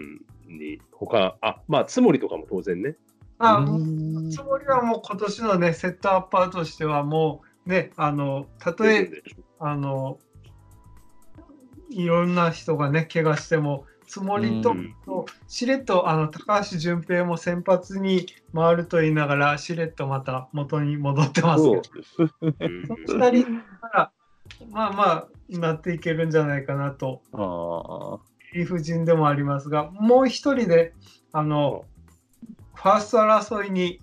B: に、他、あ、まあ、つもりとかも当然ね。
D: あ
C: う
D: もう
C: ーん
D: つもりはもう今年のねセットアッパーとしてはもうねあのたとえあのいろんな人がね怪我してもつもり
B: う
D: と、
B: ん
D: しれっとあの高橋純平も先発に回ると言いながら、しれっとまた元に戻ってますけ
B: そ
D: ど
B: う。うん
D: その2人なら、まあまあ、なっていけるんじゃないかなと、
B: あ
D: 理不尽でもありますが、もう一人で、あの、ファースト争いに、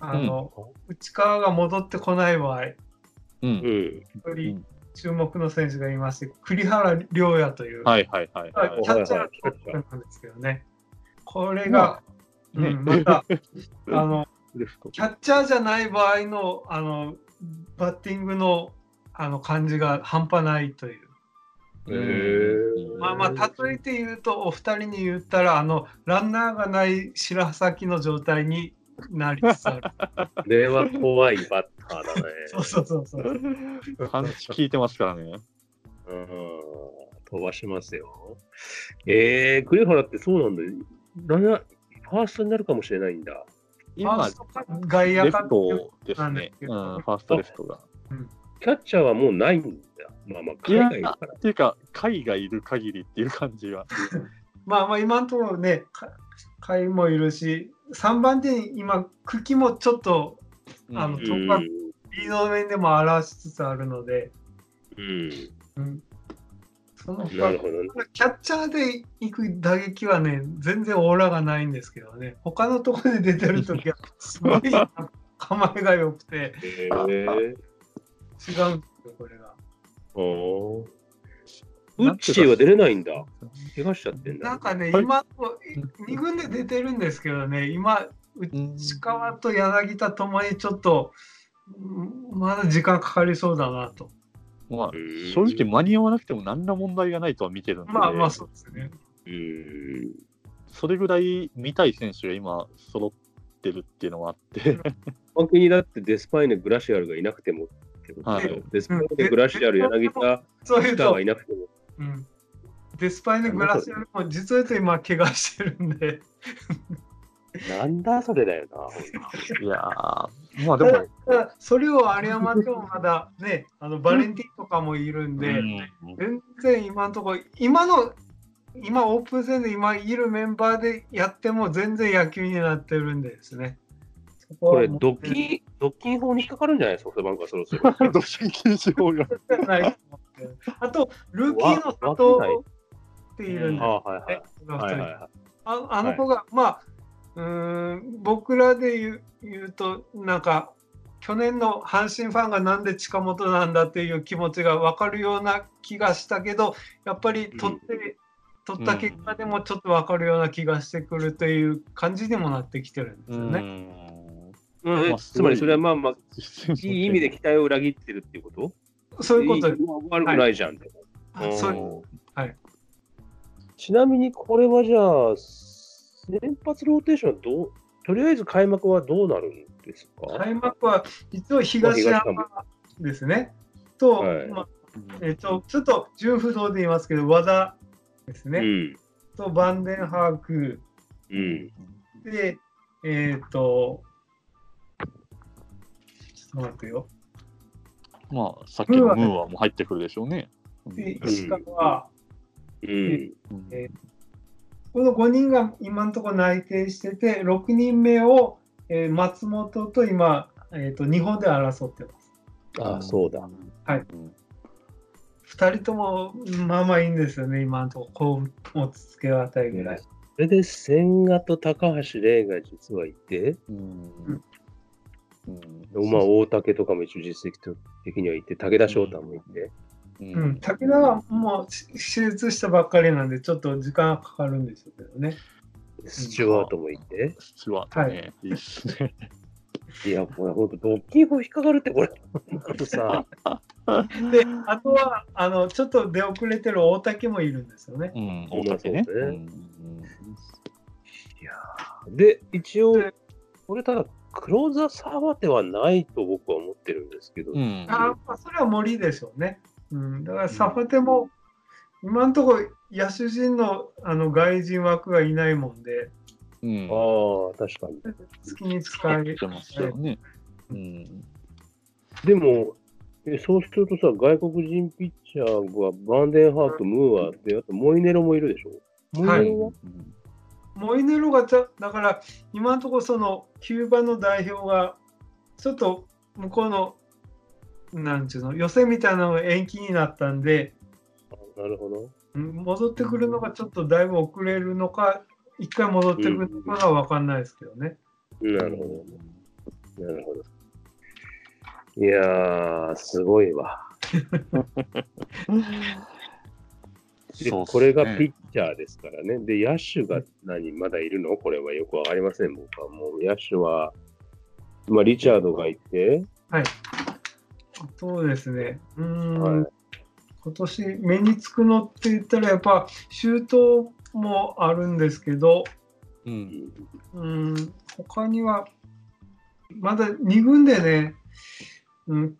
D: あの、内川が戻ってこない場合、
C: う
B: ー
C: ん。
B: うん。
D: よ
C: う
D: り
C: ん
D: 注目の選手がいまして、栗原良也という、
C: はいはいはい
D: まあ
C: はい。
D: キャッチャーなんですけどね、これが、
C: まあね
D: うん、また、あの、
B: レフト
D: キャッチャーじゃない場合のあのバッティングのあの感じが半端ないという。
B: へー
D: まあまあ、例えて言うと、お二人に言ったら、あの、ランナーがない白崎の状態になりつ つある。
B: これは怖いバッターだね。
D: そうそうそうそう。
C: パンチ効いてますからね。
B: うん飛ばしますよ。えー、栗原ってそうなんだよ。ランナーファーストになるかもしれないんだ。
D: ファ
C: 今
D: ース、トか外
C: レ
D: 野
C: フ
D: か
C: トです
D: なんで
C: ね
D: す。け
C: うん、フ
D: ど
C: ァーストレフトが。
B: キャッチャーはもうないんだ。まあまあ、海外だから
C: っ。ていうか、海がいる限りっていう感じが。
D: まあまあ、今のところね、か甲斐もいるし、3番手に今、茎もちょっとあの
C: うん
D: いや
B: うん。
D: リード面でも表しつつあるので、
B: うん
D: うん、その
B: なるほどね。
D: キャッチャーで行く打撃はね、全然オーラがないんですけどね、他のところで出てるときは、すごい構えが良くて、
B: えー、
D: 違うんですよ、これが。
B: おウッチーは出れないんだ。怪我しちゃってんだ。
D: なんかね、
C: はい
D: 今、2軍で出てるんですけどね、今、
C: うん
D: 内川と柳田ともにちょっと、うんまだ時間かかりそうだなと。
C: まあ、正直間に合わなくても何ら問題がないとは見てるんで、
D: まあまあ、そうですね。
B: うん。
C: それぐらい見たい選手が今揃ってるっていうのもあって、
B: 逆にだってデスパイネ、グラシアルがいなくてもってことでしょ
C: はい
B: デスパイネ、グラシアル、柳田、
D: そうい
B: ス
D: う
B: ター
D: と
B: がい、なくても。
D: うん、デスパイネ・グラシアルも実は言うと今、怪我してるんで。
B: なんだそれだよな。
C: いやー、まあでも、
D: ただそれを有山でもまだね、あのバレンティンとかもいるんで、
C: うん
D: 全然今のところ、今の、今オープン戦で今いるメンバーでやっても全然野球になってるんでですね。そこ
B: こ
D: は
B: れ、
D: もう
B: ドッキン、ドッキン法に引っかかるんじゃないですか、ソフトバンクはそろそろ。
C: ドシン禁止法が。
D: じゃないと思ってるあと、ルーキーの佐藤っている
C: あ
D: んで
B: あはいはい。
D: すね、
B: はいはいは
D: ああの子が、まあうーん僕らで言う言うとなんか去年の阪神ファンがなんで近本なんだっていう気持ちが分かるような気がしたけどやっぱり取って、取った結果でもちょっと分かるような気がしてくるという感じにもなってきてるんですよね。
B: い。うん
C: まあ
B: つまりそれはまあまあ、い
C: い
B: い意味で期待を裏切ってるっていうこと
D: そういうことで
B: いまあ悪くないじゃん。
D: あそういうはい
B: ちなみにこれはじゃあ、先発ローテーションはどう、とりあえず開幕はどうなるんですか、
D: 開幕は一応東山ですね。と、
B: はい
D: まあえっとちょっと順不動で言いますけど和田です
B: う
D: ね、
B: ん。
D: とバンデンハーク
B: うん。
D: で、えっ、と、ちょっと待ってよ。
C: まあ、さっきのムーアも入ってくるでしょうね。
D: で、石川、
B: うん。
C: うん
D: えこの5人が今のところ内定してて、6人目を、えー松本と今、えっと日本で争ってます。
B: ああ、そうだ。。
D: はい
C: うん。
D: 2人ともまあまあいいんですよね、今のところ、こう落ち着けたいぐらい。
B: それで千賀と高橋玲が実はいて、
C: うんうん
B: まあ、大竹とかも一応実績的にはいて、武田翔太もいて、
C: う
D: うん、武田はもうし手術したばっかりなんで、ちょっと時間がかかるんでしょうけどね。
B: スチュワートもいて、
C: スチュワートね。いいっすね。
B: いや、これ本当、ドッキン法引っかかるって、これ、あと さ、
D: で、あとは、あのちょっと出遅れてる大竹もいるんですよね。
C: うん、大竹ね。
B: そうだね
C: うん
B: で、一応、これただ、クローザー澤ではないと僕は思ってるんですけど、
C: う
B: うん
C: ん
D: あまあ、それは森でしょうね。うん、だからサファテも、今のところ野手陣のあの外人枠がいないもんで、
C: うん。
B: ああ、確かに。
D: 好きに使え
C: 入ってますよね。うん。
B: でも、えそうするとさ、外国人ピッチャーはバンデンハート、ムーアで、あとモイネロもいるでしょ。
D: はい
B: もう
C: うん
D: モイネロがちゃだから今のところそのキューバの代表がちょっと向こうのなんちゅうの予選みたいなのが延期になったんで
B: なるほど。
D: うん戻ってくるのがちょっとだいぶ遅れるのか一回戻ってくるのかは分かんないですけどね。
B: なるほど。なるほど。いやー、すごいわ。で
C: そうっすね
B: これがピッチャーですからね。で、野手が何、まだいるのこれはよくわかりません、僕は。もう、野手は、まあ、リチャードがいて、
D: そうですね。うーん、
B: はい
D: 今年目につくのって言ったらやっぱ周到もあるんですけど、
C: うん
D: うーん、他には、まだ2軍でね、うん、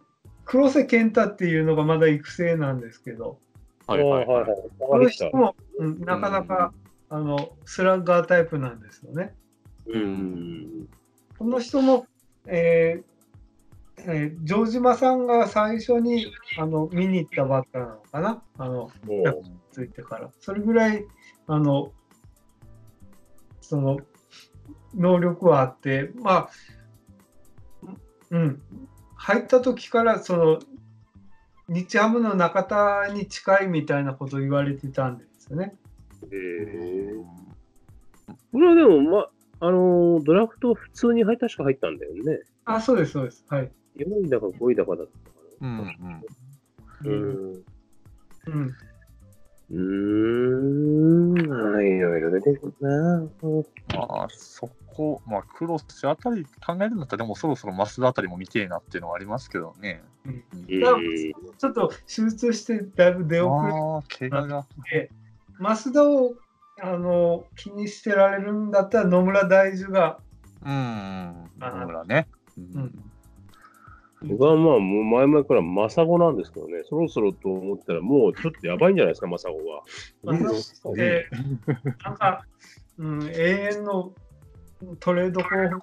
D: 黒瀬健太っていうのがまだ育成なんですけど、
C: はいはい
B: あー
C: はい。
D: こ
B: はい
D: の
B: はい。
D: 人も、うん、なかなか、あのスラッガータイプなんですよね。
B: うん。
D: この人も、えーえー城島さんが最初にあの見に行ったばっかなのかな、あの
B: もう、
D: ついてから。それぐらい、あの、その、能力はあって、まあ、うん、入った時から、その、日ハムの中田に近いみたいなことを言われてたんですよね。
B: えーこれはでも、まあ、あのードラフト普通に入確か入ったんだよね。
D: あ、そうです、そうです。はい。
B: 4位だか5位だかだったか
F: うんうん
B: な。うん。
D: うん、
B: うーん、いろいろ出てくるな。
F: まあそこ、まあ、クロスあたり考えるんだったら、でもそろそろ増田あたりも見てえなっていうのはありますけどね。
B: うん
D: だからちょっと手術してだいぶ出
F: あ
D: 遅れ
F: あ、怪我が。
D: 増田をあの気にしてられるんだったら野村大樹が、
F: うん、野村ね。う
D: うんん
B: 僕はまあ、もう前々からマサゴなんですけどね、そろそろと思ったら、もうちょっとやばいんじゃないですか、マサゴは。
D: うんで、なんか、うん、永遠のトレード候補になっ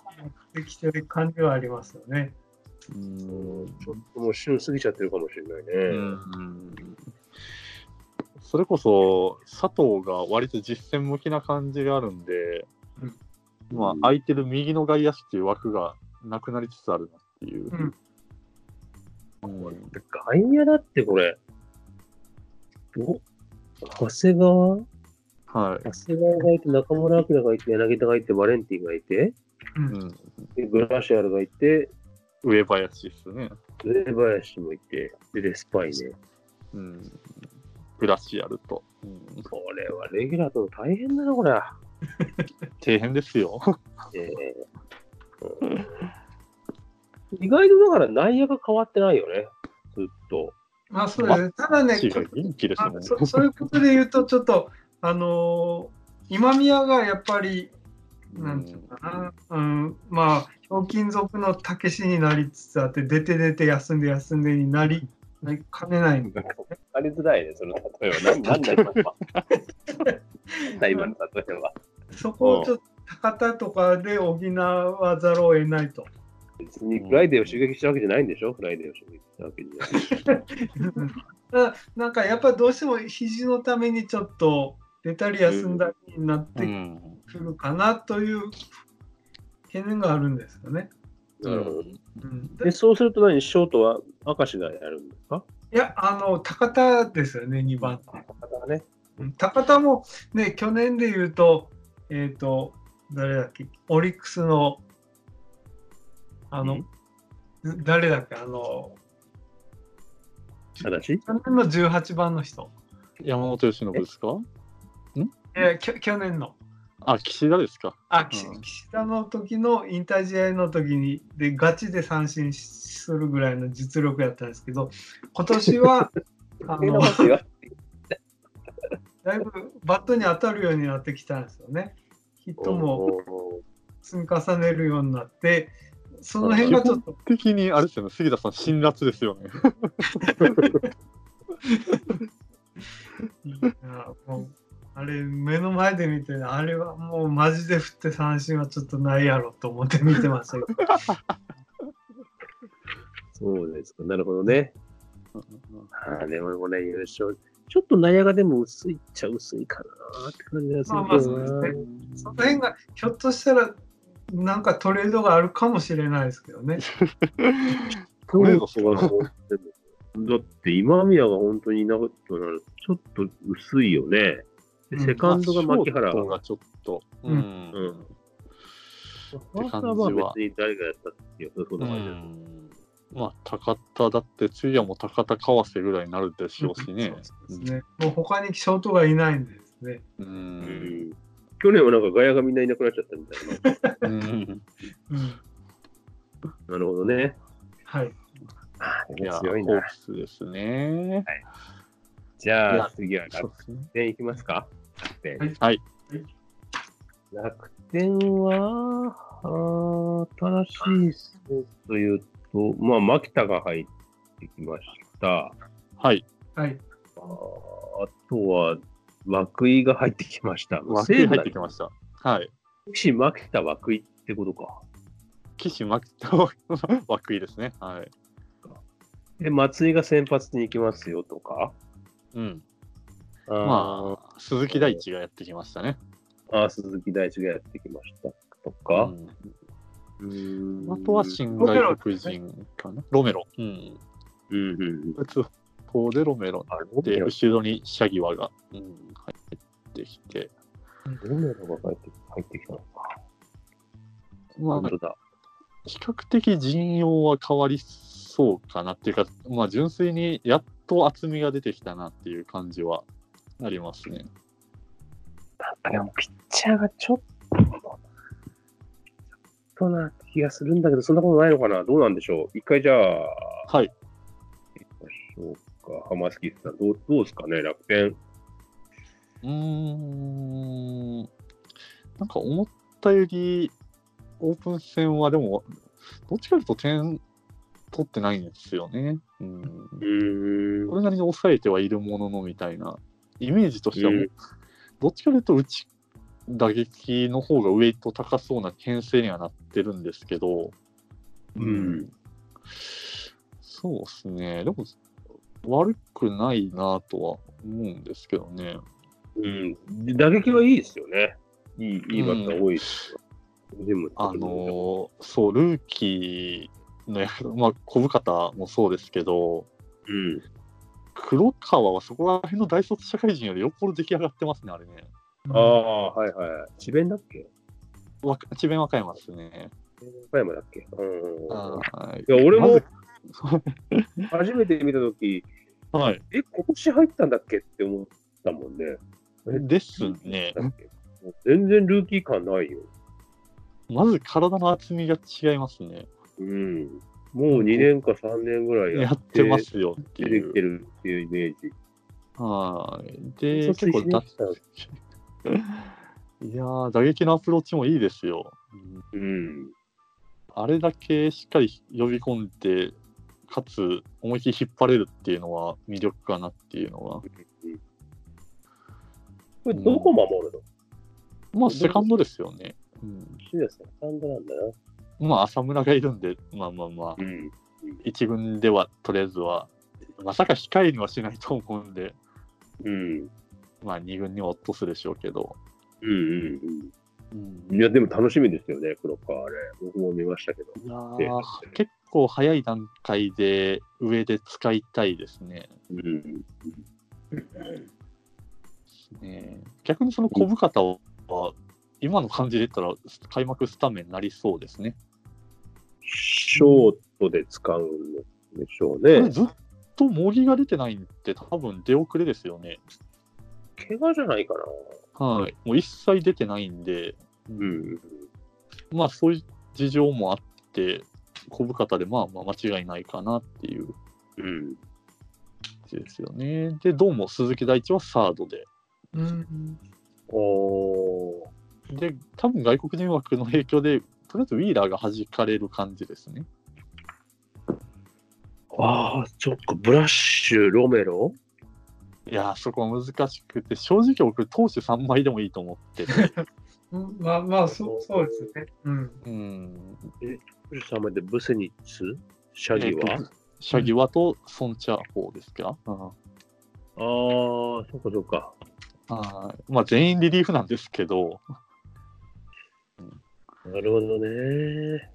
D: てきてる感じはありますよね。
B: うんちょっともう旬過ぎちゃってるかもしれな
F: う
B: いね。
F: ん
C: それこそ佐藤が割と実戦向きな感じがあるんで、
D: うん
C: まあ空いてる右の外野手っていう枠がなくなりつつあるなっていう。
D: うん
C: うん
B: 外野だってこれ、お長谷川
C: はい。
B: 長谷川がいて、中村晃がいて、柳田がいて、バレンティンがいて、
C: うん、
B: でグラシアルがいて、
C: 上林ですね。
B: 上林もいて、で、レスパイね。
C: うん。グラシアルと。うん
B: これはレギュラーとの大変だな、これ。
C: 底辺ですよ。
B: ええ意外とだから内野が変わってないよね、ずっと。
D: まあそうですね。ただね、
C: 違う元気です
D: あ
C: もん。
D: そそういうことで言うと、ちょっと、あのー今宮がやっぱり、なんていうのかな、うん、まあ、ひょうきん族のたけしになりつつあって、出て出て休んで休んでになり、なりかねないんで、
B: ありづらいね、その例え ば。なんなんだ今のは。なんだ今の例えば。
D: そこをちょっと高田とかで補わざるを得ない と。
B: 別にフライデーを襲撃したわけじゃないんでしょフライデーを襲撃したわけじゃない。
D: ななんかやっぱどうしても肘のためにちょっと出たり休んだりになっ
C: う
D: て
C: ん。
D: くるかなという懸念があるんですよね。
B: なるほど。
D: うん、で
B: で、そうすると何ショートは明石がやるんですか
D: いやあの高田ですよね2番
B: 方ね。
D: うん高田もね去年で言うとえっ、と誰だっけオリックスのあの誰だっけあの
B: ただし
D: 去年の18番の人、
C: 山本由伸ですか
D: えーきょ去年の
C: あ、岸田ですか。
D: あ岸
C: うん
D: 岸田の時の引退試合の時にでガチで三振しするぐらいの実力やったんですけど今 年はあ
B: え
D: の
B: なんか違う
D: だいぶバットに当たるようになってきたんですよね。ヒットも積み重ねるようになってその辺がちょ っと
C: 的にあれですよね、杉田さん、辛辣ですよね。
D: あもうあれ目の前で見てあれはもうマジで振って三振はちょっとないやろと思って見てましたけど
B: そうですか、なるほどね。ああ、でもこれ優勝。ちょっと内野がでも薄いっちゃ薄いかなって感じがするけどな。
D: まあまあそうですその辺がひょっとしたらなんかトレードがあるかもしれないですけどね。
B: どうかなと思ってるだって今宮が本当にいなかったら、ちょっと薄いよね。で
D: うん
B: セカンドが牧原。
C: ショート
B: フ
C: がちょっと。
D: うん
C: ん
B: うん
C: て
B: ァー
C: 感
B: スト
C: じは
B: は別に誰がやったっていう、そんな感じだ
C: うんまあ、高田だって、昼夜も高田川瀬ぐらいになるでしょうしね。
D: そうですねもう他にショートがいないんですね。
C: う。
B: うんん去年はなんかガヤがみんないなくなっちゃったみたいな。
C: うん
D: うん、
B: なるほどね。
D: はい。
C: いや、ホ
B: 強いな
C: ークスですね。
B: じゃ
C: や
B: あ次は
C: そう
B: 楽
C: ですね
B: 天いきますか。楽天。
D: はい
C: はい。
B: 楽天は、あー新しい選手というと、まあ、牧田が入ってきました。
C: はい。
D: はい。
B: あーあとは、涌井が入ってきました。
C: 枠に入ってき
B: た。
C: ました。はい。
B: 岸、牧田、涌井ってことか。
C: 岸牧と涌井ですね。はい。
B: で、松井が先発に行きますよとか。
C: うん。
B: あー
C: まあ、鈴木大地がやってきましたね。
B: あー、鈴木大地がやってきましたと
C: う
B: か。
C: ん
B: うん
C: あとは新外国人かな。ロメロ。うん。
B: うんうんうん。
C: 打つ方でロメロ
B: あ、ロメ
C: で、
B: ロ
C: 後ろにシャギワが、うん、入ってきて。
B: ロメロが入って入ってきたのか。
C: まあ
B: 本、当だ。
C: 比較的陣容は変わりそうかなっていうか、まあ、純粋にやっと厚みが出てきたなっていう感じはありますね。
B: あでもピッチャーがちょっと、ちょっとな気がするんだけど、そんなことないのかなどうなんでしょう一回じゃあ、
C: はい。
B: そうか、浜崎さん、どうどうですかね楽天。
C: うーん。なんか思ったより、オープン戦はでも、どっちかというと点取ってないんですよね。うん。
B: うー
C: それなりに抑えてはいるもののみたいな、イメージとしてはもう、
B: うん
C: どっちかというと、うち、打撃の方がウェイト高そうな牽制にはなってるんですけど、
B: うん
C: そうですね、でも、悪くないなとは思うんですけどね。
B: ん。うん。打撃はいいですよね。いい、いいバッター多いですよ。でも、
C: あのーそう、ルーキーの役、まあ、小深田もそうですけど、
B: うん。
C: 黒川はそこら辺の大卒社会人よりよっぽど出来上がってますね、あれね。
B: ああ、はいはい。智弁だっけ
C: わ智弁和歌山ですね。
B: 岡山だっけうん。
C: はい
B: いや、俺
C: ま
B: も
C: ず
B: 初めて見たとき、
C: はい。
B: え、今年入ったんだっけって思ったもんね。
C: ですね。
B: だっけ全然ルーキー感ないよ。
C: まず体の厚みが違いますね。
B: うん。もう2年か3年ぐらい
C: やってますよって
B: 出て
C: い
B: きて
C: う。
B: るっていうイメージ。
C: はい。で、
B: 卒
C: 結
B: 業
C: 構だ、
B: した
C: いやー、打撃のアプローチもいいですよ。う
B: う
C: ん
B: ん。
C: あれだけしっかり呼び込んで、かつ思いっきり引っ張れるっていうのは魅力かなっていうのは。
B: これどこ守るの
C: まあ、セカンドですよね。うん、
B: シュアセカンドなんだな。
C: まあ、浅村がいるんで、まあまあまあ
B: う、ん。
C: 一軍ではとりあえずは、まさか控えにはしないと思うんで、
B: うん。
C: まあ、二軍には落とすでしょうけど。
B: うんうん
C: うん
B: うん。いや、でも楽しみですよね、黒川あれ。僕も見ましたけど。
C: いやー
B: で
C: 結構早い段階で上で使いたいですね。
B: うん。
C: ね逆にその小深田は、今の感じで言ったら開幕スタメンになりそうですね。
B: ショートで使うんでしょう
C: これ
B: ね。
C: ずっと茂木が出てないんで多分出遅れですよね。
B: 怪我じゃないかな。
C: はい。もう一切出てないんで、
B: うん。
C: まあそういう事情もあって、小深田でまあまあ間違いないかなっていう
B: うん。
C: 感じですよね。で、どうも鈴木大地はサードで。
D: うん。
B: おー。
C: で、多分外国人枠の影響で、とりあえずウィーラーが弾かれる感じですね。
B: ああ、そっか、ブラッシュ、ロメロ
C: いやー、そこは難しくて、正直僕、投手3枚でもいいと思ってて、
D: うんまあまあそうそうですね。うん。
C: うん、
B: 富士山でブセニッツシャギは
C: えっとシャギワとソン・チャーホーですか、うん
B: あー、そっかそっか。
C: はいまあ、全員リリーフなんですけど、
B: なるほどね。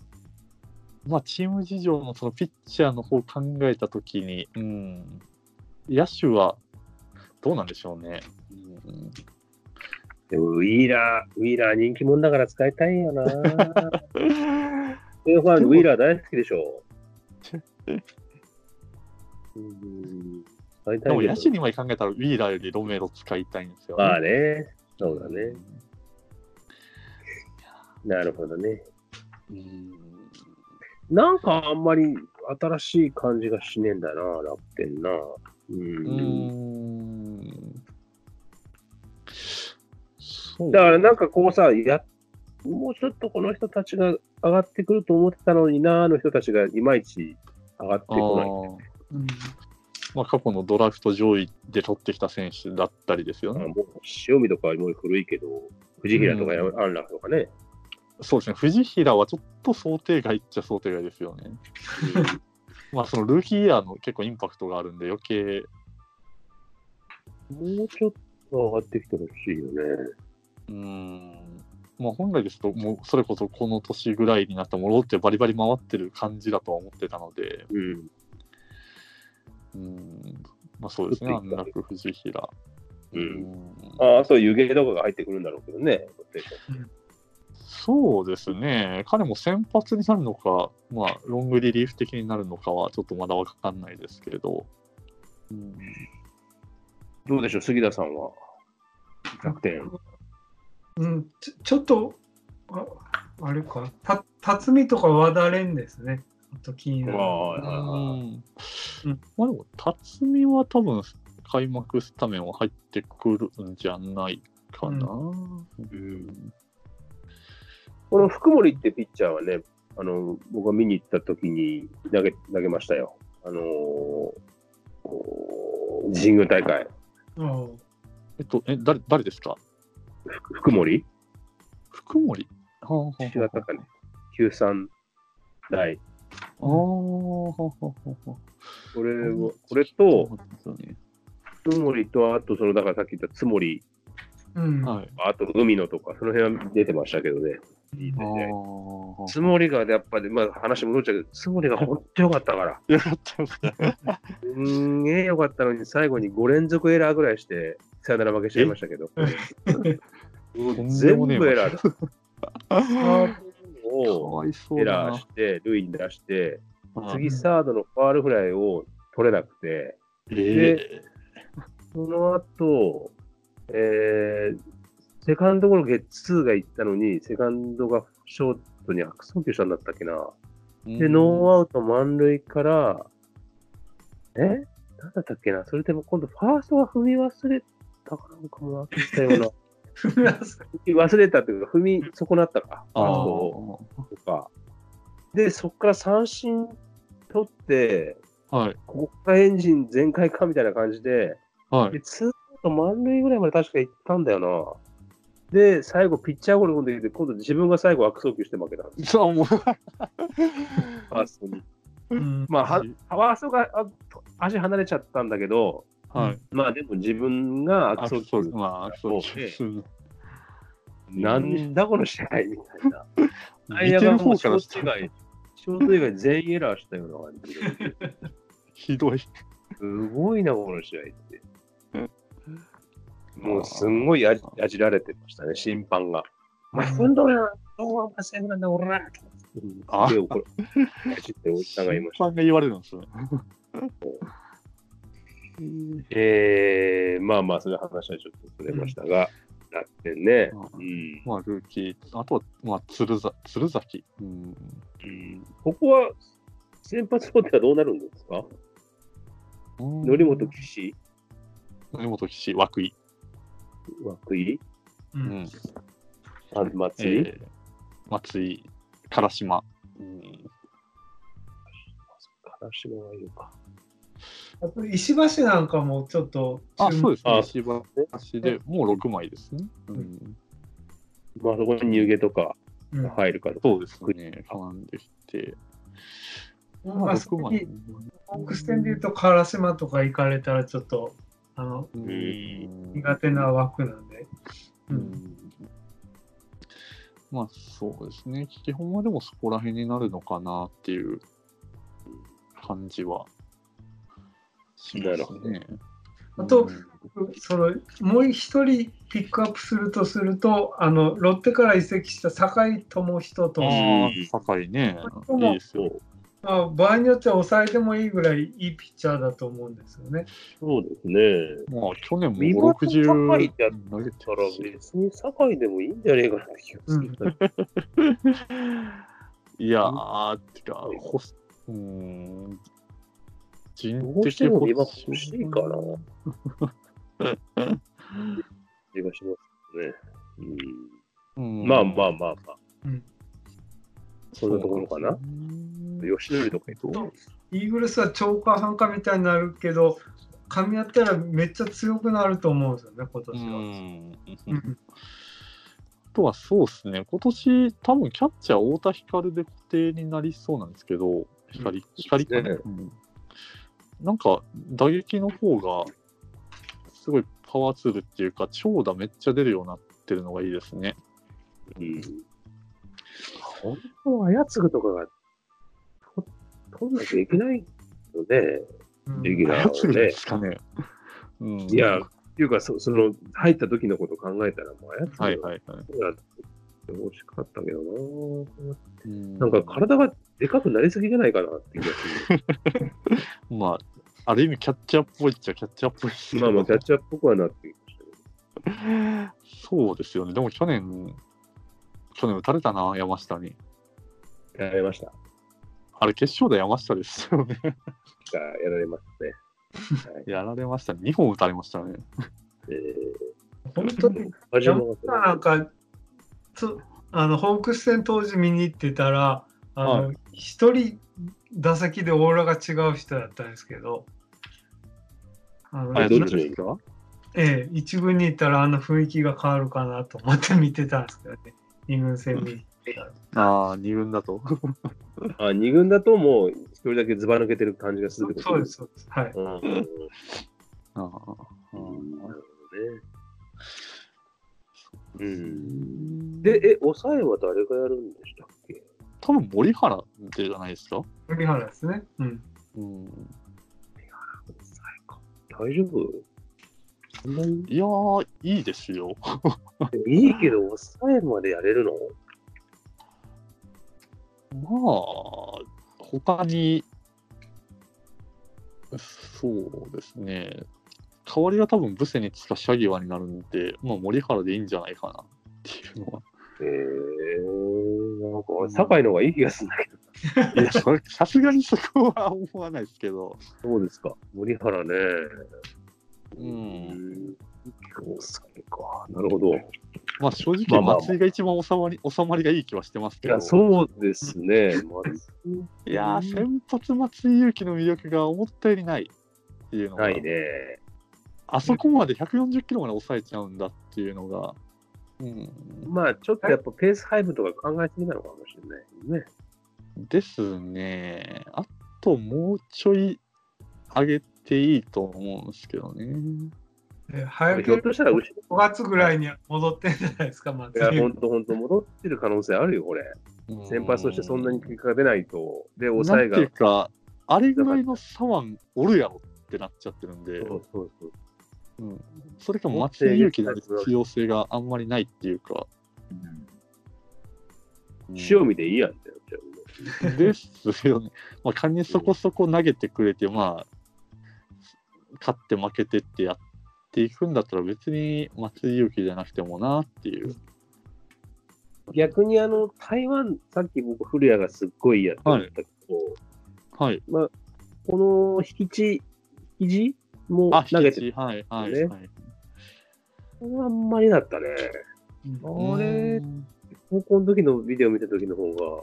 C: まあ、チーム事情のそのピッチャーの方を考えたときに、うん、野手はどうなんでしょうね。うん、
B: でも、ウィーラー、ウィーラー人気者だから使いたい よな。そういうファン、ウィーラー大好きでし ょ。うん、使いた
C: で
B: い
C: も
B: けど
C: 野手にまで考えたらウィーラーよりロメロ使いたいんですよ、
B: まあね、そうだね。なるほどね。
C: うん。
B: なんかあんまり新しい感じがしねえんだな、楽天な。うん。
C: うん。そう
B: だからなんかこうさ、やもうちょっとこの人たちが上がってくると思ってたのになーの人たちがいまいち上がって
C: あ
B: こない。
C: ー
D: うん
C: まあ、過去のドラフト上位で取ってきた選手だったりですよ
B: あ
C: ね。
B: もう塩見とかはもう古いけど、藤平とかや
C: う
B: 安楽とかね。
C: そうですね、藤平はちょっと想定外っちゃ想定外ですよね。まあ、そのルーキーイヤーの結構インパクトがあるんで、余計、
B: もうちょっと上がってきてほしいよね。
C: うん、まあ、本来ですと、もうそれこそこの年ぐらいになったら、もうロッテバリバリ回ってる感じだとは思ってたので、
B: うん。
C: うん、まあ、そうですね、
B: 打ってい
C: 安
B: った
C: 楽、藤平。
B: うん
C: ん
B: ああ、そう、湯気とかが入ってくるんだろうけどね。
C: そうですね、彼も先発になるのか、まあ、ロングリリーフ的になるのかは、ちょっとまだわかんないですけれど、うん、
B: どうでしょう、杉田さんは。楽天。
D: うん、ちょちょっとああれかた辰巳とか和田蓮ですねあと気になる
B: はいはいはい
C: うんまあでも、辰巳は多分開幕スタメンは入ってくるんじゃないかな。うん
B: この福森ってピッチャーはね、あの僕が見に行った時に投げ投げましたよ。あのーおー神宮大会。
D: あ
C: えっと、え、誰誰ですか
B: 福福森
C: 福森はあはあ
B: 違ったかね。93代。
C: あはあはあはあ
B: これをこれと、
C: そうですよね
B: 福森と、あと、その、だからさっき言ったつもり、
D: うん、
C: はい。
B: あと、海野とか、その辺は出てましたけどね。いい
C: あ
B: ですね。
C: ー
B: つもりが、やっぱり、まあ、話戻っちゃうけど、つもりが本当よかったから。
C: よかったですね。
B: うーん、ええよかったのに、最後に5連続エラーぐらいして、さよなら負けしちゃいましたけど。
C: とんで
B: 全
C: も
B: 部
C: ねえ
B: エラーだ。サード
C: か
B: を
C: わいそう
B: エ
C: だ
B: ラー
C: な
B: して、塁に出して、。
C: はい
B: 次、サードのファールフライを取れなくて、
C: え
B: その後、えー、セカンドゴロゲッツーが行ったのに、セカンドがショートに悪送球したんだったっけな。
C: ー
B: で、ノーアウト満塁から、えなんだったっけなそれでも今度ファーストが踏み忘れたかなんかもなくしたよう な。
D: フランス
B: 忘れたっていうか、踏み損なったか。
C: あ
B: あととか。で、そこから三振取って、
C: あ。はい。
B: ここからエンジン全開かみたいな感じで、
C: はい。
B: で、ツーアウト満塁ぐらいまで確か行ったんだよな。で、最後、ピッチャーゴロ込んできて、今度自分が最後悪送球して負けたんです。
C: そう、も う。
B: ファーストに。
D: うん
B: まあ、はファーストがあ足離れちゃったんだけど、
C: はい。
B: まあでも自分が悪送球、
C: まあ、そうです。
B: なんだこの試合みたいな。
C: 見
B: 内
C: て
B: 野が
C: る
B: もう
C: 方
B: シ
C: か
B: ョ
C: ら
B: ー
C: し
B: ト
C: た
B: 以
C: ら
B: 外、ショート以外全員エラーしたような感じで。
C: ひどい。
B: すごいな、この試合って。もうすんごいやじやじられてましたね、審判が。お前、踏んどるやん。どうもお前セーフなんだ、俺ら。
C: あ
B: 手をこれ、やじっておじさんがいました。
C: 審判が言われるんですね。
B: えー、まあまあ、その話はちょっとそれましたが、なってんね。
C: まあ
B: うん。
C: まあ、ルーキー、あとは、まあ、鶴ざ鶴崎。うん。
B: ここは、先発ロッテはどうなるんですか則本岸
C: 則本岸、涌井。
B: 涌井
D: う
C: うんん。
B: あ松井、
C: えー松井、唐島。うん。
B: 金島がいるか。
D: あと石橋なんかもちょっと
C: あ、そう
D: う
C: ですね。
B: あ
C: 石橋で、もう6枚ですね。うん。
B: まあ、そこに入毛とか
D: ん
B: 入るかとか。
C: そうですね。絡んできて。
D: ま
C: ま
D: あ
C: あ、6
D: そこ
C: 枚
D: に。ホークス戦でいうと、烏丸とか行かれたら、ちょっと、あの
C: うん
D: 苦手な枠なんで。うん
C: まあそうですね、基本はでもそこら辺になるのかなっていう感じはしますね。
B: なるほど
D: あと
C: うん
D: そのもう一人ピックアップするとするとあのロッテから移籍した酒井智人と、
C: ああ、酒井ね、
D: う
C: い
D: ん
C: いですよ。
D: まあ、場合によっては抑えてもいいぐらいいいピッチャーだと思うんですよね。
B: そうですね。
C: まあ去年も
B: 身
C: 5、
B: 元
C: 60
B: 高いってや
C: 投げ
B: だ
C: て
B: か
C: る
B: ら
C: し
B: 別に堺でもいいんじゃねえかなって気がする。
C: いやー、てか、ほすうーん、
B: ど
C: 人
B: うして
C: 的
B: も
C: 補
B: 今
C: 充
B: 欲しいかな。気がしますね。
C: うん
B: うん、まあまあまあまあ。そ
C: そ
B: ん
C: う
B: な
C: な
B: ところかなん
C: ですよね。
B: 吉典とか行くと。
D: イーグルスは超過半過みたいになるけど噛み合ったらめっちゃ強くなると思うんですよね今
C: う
D: 年
C: ん。
D: は。うん
C: あとはそうですね、今年多分キャッチャー、太田光で固定になりそうなんですけど、光、光かな、
F: ね
C: うんなんか打撃の方が、すごいパワーツールっていうか、長打めっちゃ出るようになってるのがいいですね。
B: うん。本当は操るとかが、と、取んなきゃいけないので、
D: うん
B: レギュラー
C: 操
B: を
C: るん
B: ね
C: で。すかね。うん、
B: いや、っていうか、そその、入った時のことを考えたら、もう操
C: はい
B: る
C: はいはい。
B: のやってほしかったけどな。
C: な
B: なんか体がでかくなりすぎじゃないかなっていう気がする。
C: まあ、ある意味キャッチャーっぽいっちゃキャッチャーっぽいですけ
B: まあ
C: ど
B: まあ、キャッチャーっぽくはなってきましたけど。
C: そうですよね。でも去年、去年打たれたな、山下に。
B: やられました。が
C: あれ、決勝で山下ですよね。
B: やられましたね。はい。
C: やられましたね。2本打たれましたね。
B: え
D: 本当に
B: ー、始
D: 山
B: まっ
D: 下なんかそあのホークス戦当時見に行ってたらあの一、人打席でオーラが違う人だったんですけど。あの
C: あれ
B: どっち
C: 誰ですか
D: ええ、一軍に行ったらあの雰囲気が変わるかなと思って見てたんですけどね、二軍戦見に行ってたら。
C: ああ、2軍だと。
B: あ、二軍だともう一人だけずば抜けてる感じがするってこと
D: そうです、。そうです。はい。
B: うん。うん
C: あーあ
B: な
C: ー
B: るほどね。うん。で
C: で、、
B: え、抑えは誰がやるんでしたっけ
C: 多分森原でじゃないですか。
D: 栗原ですね。うん。
C: うん、
B: 大丈夫そんなに
C: いやー、いいですよ。
B: いいけど、抑えまでやれるの
C: まあ、他に、そうですね。代わりは多分ブセにつかシャギワになるんで、まあ森原でいいんじゃないかなっていうのは。
B: えー、なんか、酒井の方がいい気がするんだけど。
C: いや、それさすがにそこは思わないですけど。
B: そうですか。森原ね。
C: う。。
B: うん抑えか。なるほど。い
C: まあ正
B: まあ
C: 直、
B: まあ
C: 松井が一番収まり、収まりがいい気はしてますけど。
B: や、そうです ね。ま
C: いやー、先発松井裕樹の魅力が思ったよりないっていうの
B: あ、
C: が。
B: ないね。
C: あそこまで140キロまで抑えちゃうんだっていうのが。うん。
B: まあ、ちょっとやっぱペース配分とか考えすぎなのかもしれないね。
C: ですね。あともうちょい上げていいと思うんですけどね。
D: で早
B: ひょ
D: け
B: っ
D: れ
B: としたら後ろ、
D: ば5月ぐらいには戻ってんじゃないですか、松
B: い
D: 井
B: や、本当本当戻ってる可能性あるよ、これ。
C: うん
B: 先発としてそんなに結果が出ないと。で、
C: なん
B: 抑
C: て
B: えが
C: い。うか、あれぐらいの左腕おるやろってなっちゃってるんで、
B: そうそうそう。
C: うんそれかも松井裕樹の必要性があんまりないっていうか。うん
B: 塩見でいいやんってなっちゃうね。
C: ですよね。 まあ、仮にそこそこ投げてくれて、まあ、勝って負けてってやっていくんだったら、別に松井裕樹じゃなくてもなっていう。
B: 逆にあの、台湾、さっき僕、古谷がすっごいいいやって言ったけど、
C: はい。
B: この引き地、引き地も
C: あ、
B: 投げて
C: 引き地はい、はい、
B: ね
C: はい。
B: これはあんまりだったね。
D: うん
B: あれ
C: う、ん
B: 高校の時のビデオ見た時の方が、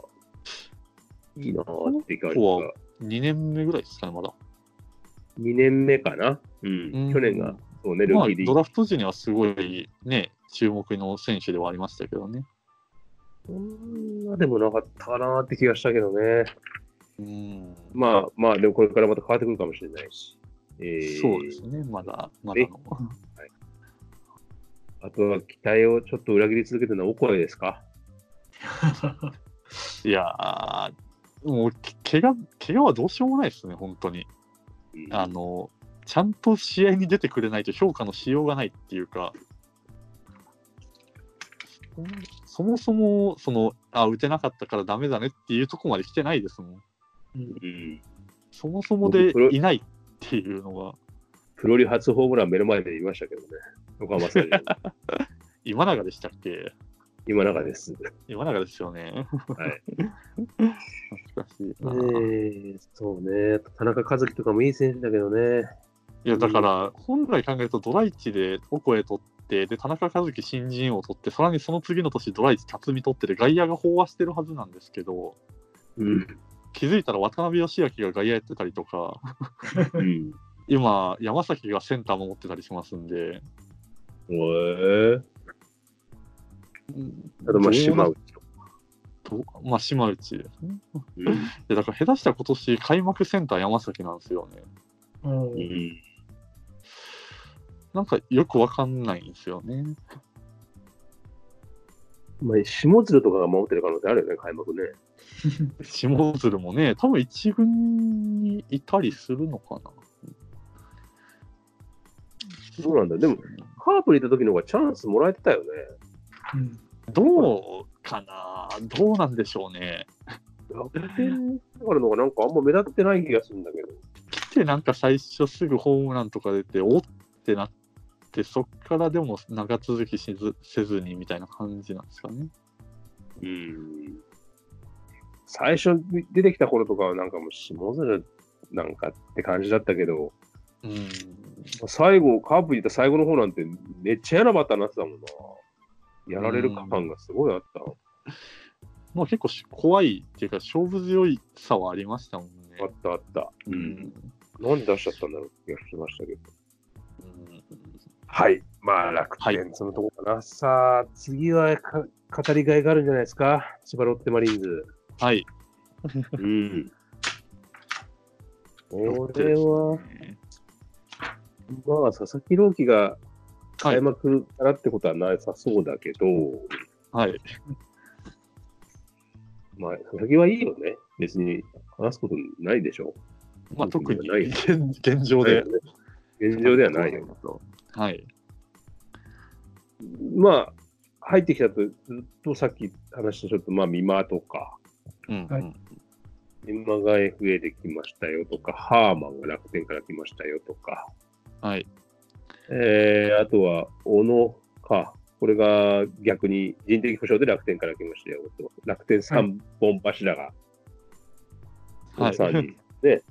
B: いいなーって感じ
C: この子
B: が
C: は。2年目ぐらいですかね、まだ。
B: 2年目かな。う。
C: うんん
B: 去年が、そうね、ル
C: ま
B: ー
C: あ
B: キーでいい。
C: ドラフト時にはすごいね、注目の選手ではありましたけどね。
B: そんなでもなかったなーって気がしたけどね。
C: うん。
B: まあまあ、でもこれからまた変わってくるかもしれないし。えー
C: そうですね、まだ、まだ
B: え
C: の。
B: あとは期待をちょっと裏切り続けてるのはオコエですか
C: いやー、もう、け怪我、怪我はどうしようもないですね、本当に。
B: うん
C: あの、ちゃんと試合に出てくれないと評価のしようがないっていうか、そもそも、その、あ、打てなかったからダメだねっていうとこまで来てないですもん。
B: うん
C: そもそもで
B: 僕これ
C: いないっていうのは、
B: プロリーグ初ホームラン目の前で見ましたけどね。横浜スタジ アム
C: 今永でしたっけ
B: 今中です。
C: 今永ですよ ね。
B: はい。
C: 懐かしい
B: え
C: な。
B: そうね。田中和樹とかもいい選手だけどね。
C: いや、だから、本来考えると、ドライチでオコエ取って、で、田中和樹新人王取って、さらにその次の年、ドライチ辰巳取ってで、外野が飽和してるはずなんですけど、
B: うん。
C: 気づいたら渡辺義明が外野やってたりとか、
B: うん。
C: 今、山崎がセンターも持ってたりしますんで、
B: へえあと、まあ、島内とか。
C: どうまあ、島内ですね。
B: うん
C: で、だから、下手したら今年、開幕センター山崎なんですよね。
D: うん
B: うん
C: なんか、よくわかんないんですよね。
B: まあ、下鶴とかが守ってる可能性あるよね、開幕ね。
C: 下鶴もね、多分一軍にいたりするのかな。
B: そうなんだでも、カープにいた時の方がチャンスもらえてたよね。
D: うん
C: どうかなどうなんでしょうね。
B: 楽天だからのがなんかあんま目立ってない気がするんだけど。
C: 来てなんか最初すぐホームランとか出て、おってなって、そっからでも長続きしずせずにみたいな感じなんですかね。
B: うん。最初出てきた頃とかはなんかもう下鶴なんかって感じだったけど、
C: うん。
B: 最後、カープにいた最後の方なんてめっちゃ嫌なバッターになってたもんな。やられる感がすごいあった。
C: まあ結構し怖いっていうか、勝負強いさはありましたもんね。
B: あったあった。
C: う。ん。
B: なんで出しちゃったんだろうって気がしましたけど。
C: うん
B: はい。まあ、楽天、
C: は
B: そのとこかな。さあ、次はか語りがいがあるんじゃないですか。千葉ロッテマリーンズ。
C: はい。
B: うん。これ
C: ロ
B: は
C: ッ、テですね
B: まあ、佐々木朗希が
C: は
B: 開
C: い。
B: 幕からってことはなさそうだけど、
C: はい。
B: まあ、佐々木はいいよね。別に話すことないでしょ
C: まあ特に
B: ないよ
C: 現現状で。
B: 現状ではないよ。
C: はい。
B: まあ、入ってきたと、ずっとさっき話したちょっと、まあ、美馬とか、
C: うん、
D: はい
C: うん
B: 美馬が FA で来ましたよとか、ハーマンが楽天から来ましたよとか、
C: はい。
B: えー、あとは、小野か。これが逆に人的保障で楽天から来ましたよと。楽天三本柱が、
C: はい。
B: 小野さん
C: ジ
B: に。 で、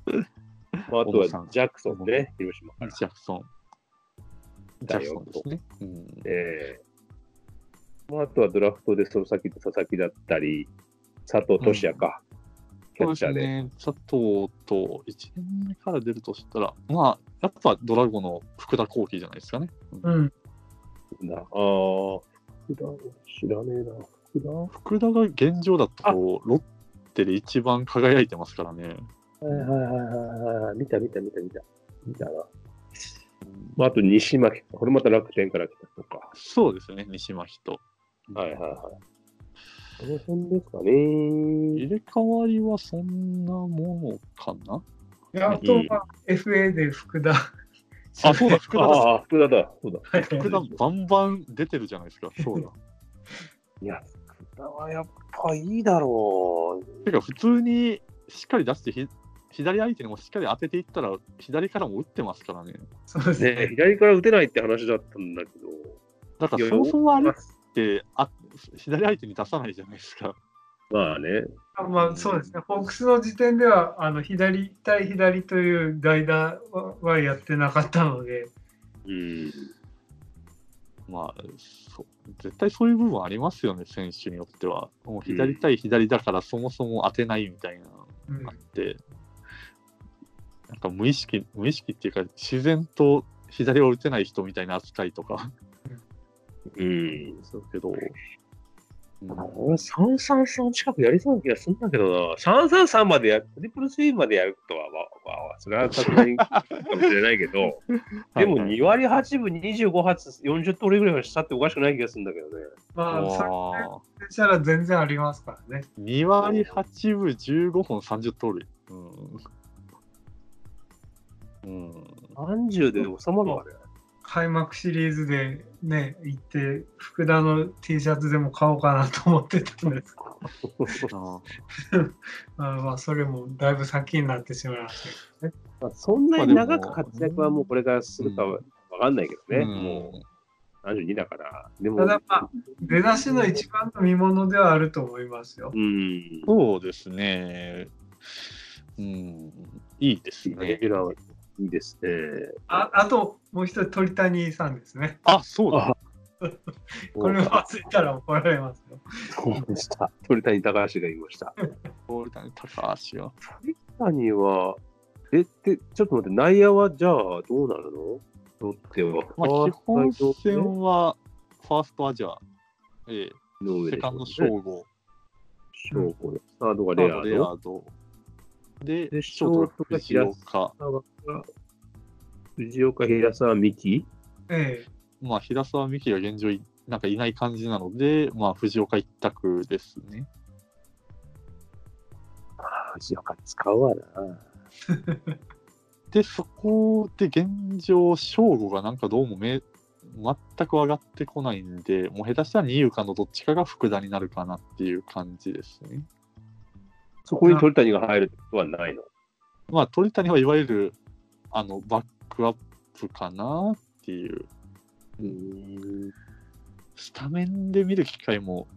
B: まあ、あと
C: 小野
B: は
C: さん
B: ジャクソンね、広島から。
C: ャクソン。ジャクソンですね。うん。
B: えーまあ、あとはドラフトでその先と佐々木だったり、佐藤俊也か、キャッチャーで。
C: ね、佐藤と1年目から出るとしたら、まあ、やっぱドラゴの福田幸輝じゃないですかね。うん
D: うん
B: なあー福田、知らねえな。福田は
C: 福田が現状だと、ロッテで一番輝いてますからね。
B: いはいはいはいはい。見た見た見た見た。見たな。まあ、あと西巻。これまた楽天から来たとか。
C: そうですよね、西巻と。
B: はいはいはい。この辺ですかね。
C: 入れ替わりはそんなものかな
D: であとは FA で福田。
C: あ、そうだ、福田だ。
B: ああ、福田だ、そうだ。
D: はい
C: 福田、バンバン出てるじゃないですか。そうだ。
B: いや、福田はやっぱいいだろう。
C: てか、普通にしっかり出してひ、左相手にもしっかり当てていったら、左からも打ってますからね。
D: そうです
B: ねえ
D: ね。
B: 左から打てないって話だったんだけど。
C: だか
B: い
C: ら、
B: や
C: そうそうあれ
B: ま
C: っ
B: あ
C: てあ、左相手に出さないじゃないですか。
B: まあね。
D: まあそうですね。ホークスの時点ではあの左対左という外打ははやってなかったので、
B: うん。
C: まあ、そう絶対そういう部分ありますよね、選手によっては。もう左対左だから、そもそも当てないみたいなの
D: うん
C: があって、なんか無意識、無意識っていうか、自然と左を打てない人みたいな扱いとか、
B: うん。
C: そうけど、うん
B: 俺、333近くやりそうな気がするんだけどな。333までや、トリプルスイングまでやるとは、わわわそれはさすがにかもしれないけど、でも2割8分25発、40通りぐらいはしたっておかしくない気がするんだけどね。
D: まあ、それ
C: わあ
D: でしたら全然ありますからね。
C: 2割8分15本30盗塁。うん。うん。
B: 30で収まるわね。
D: 開幕シリーズでね、行って、福田の T シャツでも買おうかなと思ってたんですけど、
C: あ
D: あまあ、それもだいぶ先になってしまいましたけ
B: まあ、そんなに長く活躍はもうこれからするかはわかんないけどね、もう32だから。でも、
D: ど。ただまあ、出だしの一番の見物ではあると思いますよ
B: う。ん、
C: そうですね。うん。いいです
B: レ
C: ね
B: ギ。ュラーはいいですね。
D: ああと、もう一人鳥谷さんですね。
C: あ、そうだ。
D: これを忘れたら怒られますよ。
B: そうでした。鳥谷高橋が言いました。
C: ゴールデン高橋は。
B: 鳥谷は、え、って、ちょっと待って、内野はじゃあどうなるのロッテは。
C: まあ、基本
B: の
C: 戦は、ファーストアジャー、ええ、
B: 上
C: セ
B: でしょ
C: カンドショーゴ、
B: ショーゴでサードが
C: サ
B: レア
C: ード
B: ー
C: レア
B: ド。
C: ード、で、
B: で
C: ショートが藤岡、
B: 藤岡、平沢、三木。
D: ええ。
C: まあ、平沢美希が現状い、なんかいない感じなので、まあ、藤岡一択ですね。
B: ああ、藤岡使うわな。
C: で、そこで現状、ショーゴがなんかどうもめ全く上がってこないんで、もう下手したら二遊間のどっちかが福田になるかなっていう感じですね。
B: そこに鳥谷が入ることはないの。
C: まあ、鳥谷はいわゆる、あの、バックアップかなっていう。
B: うん。
C: スタメンで見る機会も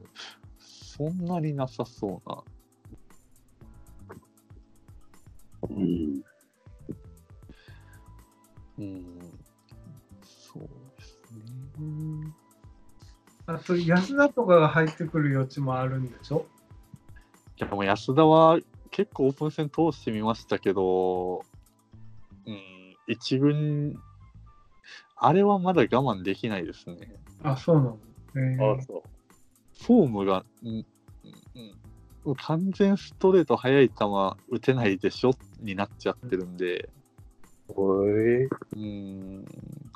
C: そんなになさそうな。
B: うん。
C: うん。そうですね。
D: あと、安田とかが入ってくる余地もあるんでしょ
C: いや、もう安田は結構オープン戦通してみましたけど、うん、一軍、あれはまだ我慢できないですね。
D: あ、そうなの。
B: あ
D: え
B: あ、そう。
C: フォームが、うん、うん、完全ストレート速い球打てないでしょになっちゃってるんで、
B: おい
C: うん、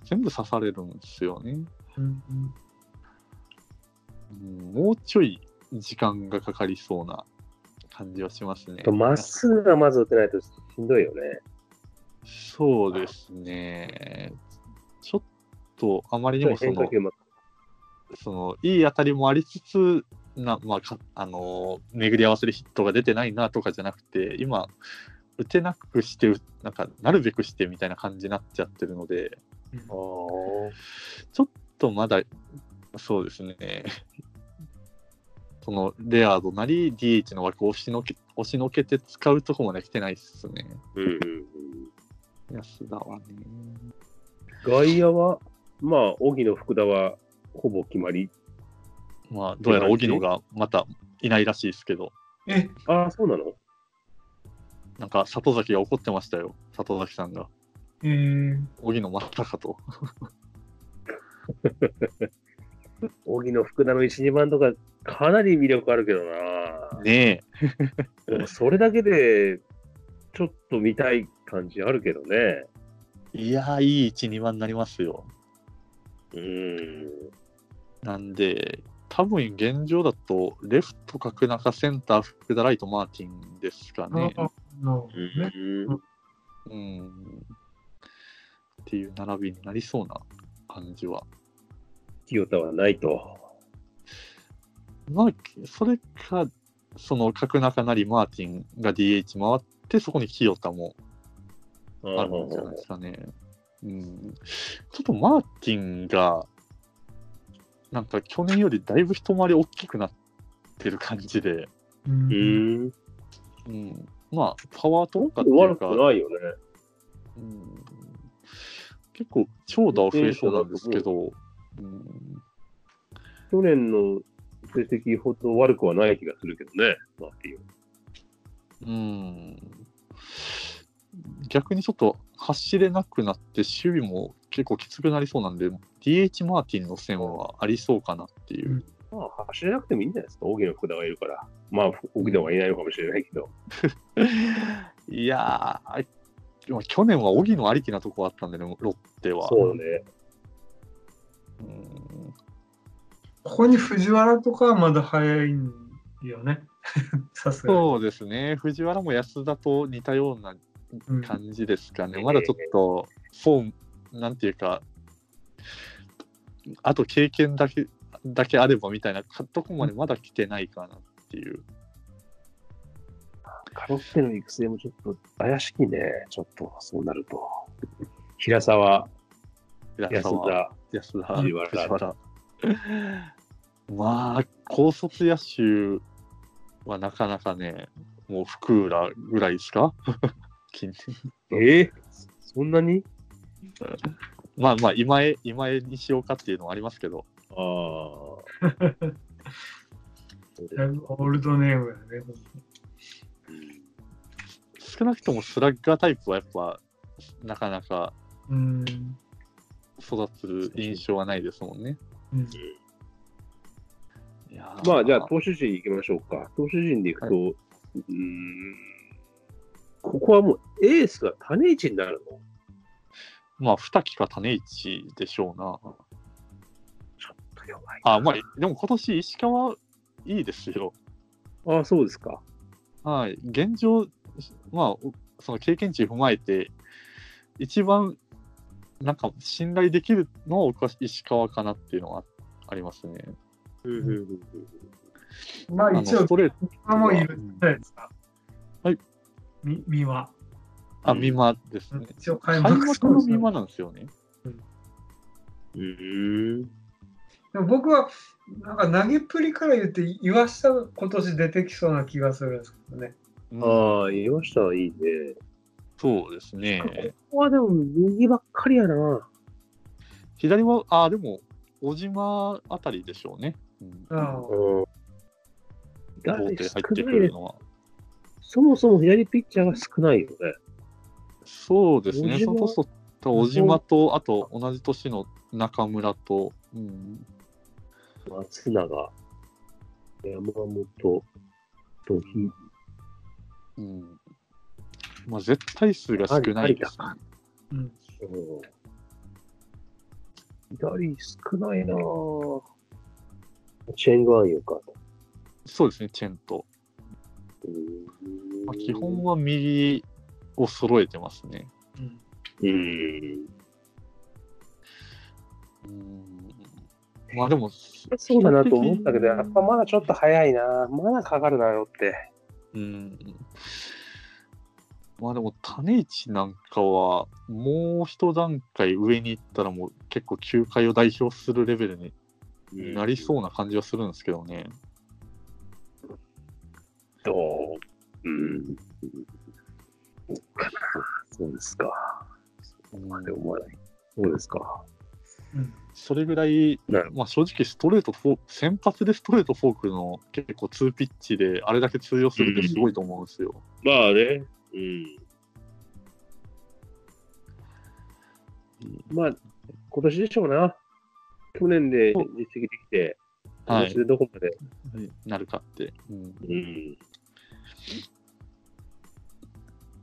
C: 全部刺されるんですよね。
D: えうんうん
C: うんもうちょい時間がかかりそうな感じはしますね。
B: まっすぐがまず打てないとしんどいよね。
C: そうですね。ちょっとあまりに
B: でも
C: もそ
B: 変化
C: の
B: 球も
C: そのいい当たりもありつつな、まあかあのー巡り合わせでヒットが出てないなとかじゃなくて、今、打てなくして、うなんかなるべくしてみたいな感じになっちゃってるので、ち
D: うん
B: ああ
C: ょっとまだ、そうですね。そのレアードなり DH の枠を押しのけ押しのけて使うとこまで来てないですね。
B: うんうん
C: 安田はね。
B: うん、外野は、まあ、荻野、福田はほぼ決まり。
C: まあ、どうやら荻野がまたいないらしいですけど、
D: え、
B: ああ、そうなの
C: なんか里崎が怒ってましたよ、里崎さんが。
D: えー、
C: 荻野またかと。
B: 荻野、福田の1、2番とか、かなり魅力あるけど
C: ね
B: な。でもそれだけで、ちょっと見たい感じあるけどね。
C: え。いやー、いい1、2番になりますよ。
B: うん。
C: なんで、多分現状だと、レフト、角中、センター、福田、ライト、マーティンですかね。
D: あのね、
B: うん
C: うん。っていう並びになりそうな感じは。
B: 清田はないと。
C: まあ、それか、その角中なりマーティンが DH 回って、そこに清田も
B: あ
C: あるんじゃないですかね。うん、ちょっとマーティンが、なんか去年よりだいぶ一回り大きくなってる感じで、
D: う、
B: うんん。
C: うん、まあ、パワーとかってい
B: 悪
C: う
B: く
C: か、
B: ないよね。
C: うん、結構長打は増えそうなんですけど、うん、
B: 去年の成績ほど悪くはない気がするけどね。マーティンは
C: うん、逆にちょっと走れなくなって、守備も結構きつくなりそうなんで、DH マーティンの線はありそうかなっていう。
B: まあ、走れなくてもいいんじゃないですか、荻野福田がいるから。まあ、ふ奥田はいないのかもしれないけど。
C: いやー、まあ去年は荻野ありきなとこあったんでね、ロッテは。
B: そうね。
C: うん
D: ここに藤原とかはまだ早いんよね。 さすがに。
C: そうですね、藤原も安田と似たような
D: うん
C: 感じですかね、
B: うん
C: まだちょっと、フォーム、なんていうか、あと経験だけだけあればみたいなとこまでまだ来てないかなっていう。
B: カロッテの育成もちょっと怪しいね。ちょっと、そうなると。平沢、安
C: 安田
B: 田、
C: 安田、
B: 藤
C: 藤
B: 原
C: 原。まあ、高卒野手はなかなかね、もう福浦ぐらいですか 近年
B: ええそんなに
C: まあまあ、今へ、今へにしようかっていうのはありますけど、
B: ああ。
D: だいぶオールドネームやね。
C: 少なくともスラッガータイプはやっぱ、なかなか
D: うん。
C: 育つ印象はないですもんね。
D: うん
C: いやー
B: まあ、じゃあ、投手陣行きましょうか。投手陣で行くと、うーん、ここはもうエースが種市になるの
C: まあ、二木か種市でしょうな。
B: ちょっと弱い。
C: あ、まあ、でも今年石川いいですよ。
B: ああ、そうですか。
C: はい、現状、まあ、おその経験値踏まえて、一番なんか信頼できるのは僕は石川かなっていうのはありますね。
B: うんうんうん
D: まあ
C: あの
D: 一応
C: ス、トレート
D: 今もいるじゃないですか。
C: はい。
D: み、みは。
C: あ、美馬ですね。
D: 一応開
C: 開
D: 幕
C: 幕の美馬なんですよね。
B: うん。うん
D: でも僕は、なんか投げっぷりから言って、岩下が今年出てきそうな気がするんですけどね。
C: うん
B: ああ、岩下はいいね。
C: そうですね。
B: ここはでも右ばっかりやな。
C: 左は、あ、でも、小島あたりでしょうね。うん
D: ああ
B: うん。
C: ロー
B: 誰
C: テ
B: 少
C: 入ってく
B: ないね
C: る。のは。
B: そもそも左ピッチャーが少ないよね。
C: そうです
B: 小
C: ね。そ
B: 島
C: の年取った小島と、あと同じ年の中村と、うん、
B: 松永、山本、土肥、
C: うんまあ、絶対数が少ないです、ね。
D: うん。
B: うん左少ないなぁ。チェンガンよか。
C: そうですね、チェンと。まあ、基本は右を揃えてますね。
D: うん
B: うん。
C: うんまあでも、
B: そうだなと思ったけど、やっぱまだちょっと早いなぁまだかかるなよって。
C: うん。まあでも、種市なんかは、もう一段階上に行ったら、もう結構球界を代表するレベルになりそうな感じはするんですけどね。
B: どううん。そうかなそうですか。
C: うん
B: まで思わない。そうですか。
D: うん。
C: それぐらい
B: なる、
C: まあ、正直ストレートフォーク、先発でストレートフォークの結構ツーピッチであれだけ通用するってすごいと思うんですよ。
B: まあね。うん。まあ、今年でしょうな。去年で実績できて、今
C: は
B: 年
C: い、
B: でどこまで。
C: なるかって、うん
B: うん。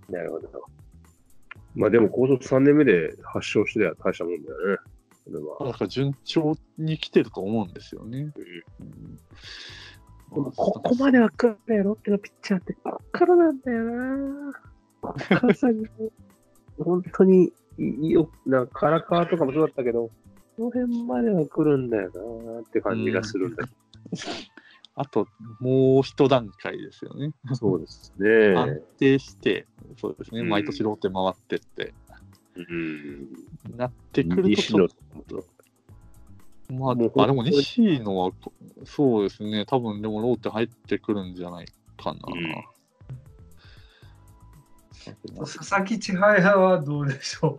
B: なるほど。まあでも、高卒3年目で発症しては大したもんだよね。それは。
C: だから順調に来てると思うんですよね。うんまあ
B: ここまでは来るやろってのピッチャーって、こっからなんだよな。こっからさ、本当にいいよ、なカラカーとかもそうだったけど、この辺までは来るんだよなって感じがするんだけ
C: あともう一段階ですよね。
B: ど、そうです
C: 安。定して、そうですね、
B: うん
C: 毎年ローテ回ってって、
B: うん。
C: なってくるとちょっとまあ、
B: もう本当に
C: あでも西野は、そうですね、多分でもローテ入ってくるんじゃないかな。
B: うん
D: 佐々木千早はどうでしょ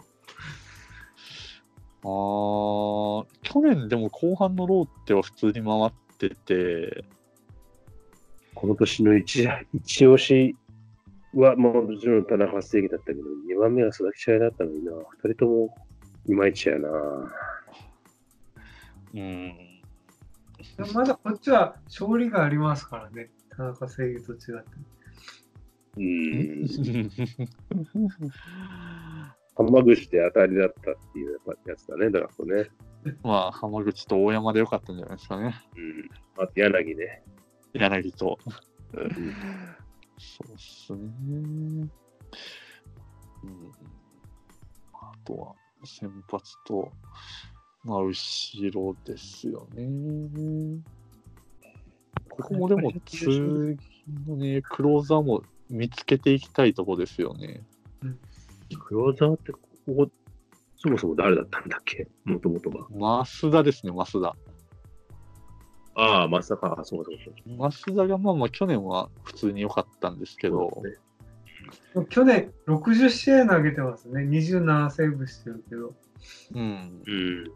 C: あー去年でも後半のローテは普通に回ってて、
B: この年の一一押しは、まあ、もちろん田中正義だったけど、2番目は佐々木試合だったのにな、2人ともいまいちやな。
C: うん、
D: う。でもまだこっちは勝利がありますからね。田中正義と違って。
B: うん。浜口で当たりだったっていうやつだね、ドラフトね。
C: まあ、浜口と大山でよかったんじゃないですかね。
B: うん。あと柳ね。
C: 柳と。
B: ん
C: そうっすね。うん。あとは、先発と、まあ、後ろですよね。ここもでも、次のね、クローザーも見つけていきたいとこですよね。
B: クローザーって、ここ、そもそも誰だったんだっけもともとは。
C: 増田ですね、増田。
B: ああ、まさか、そうそうそう。
C: 増田がまあまあ去年は普通に良かったんですけど、
B: そうですね
D: 去年60試合投げてますね。27セーブしてるけど。
C: うん。
B: うん。
C: い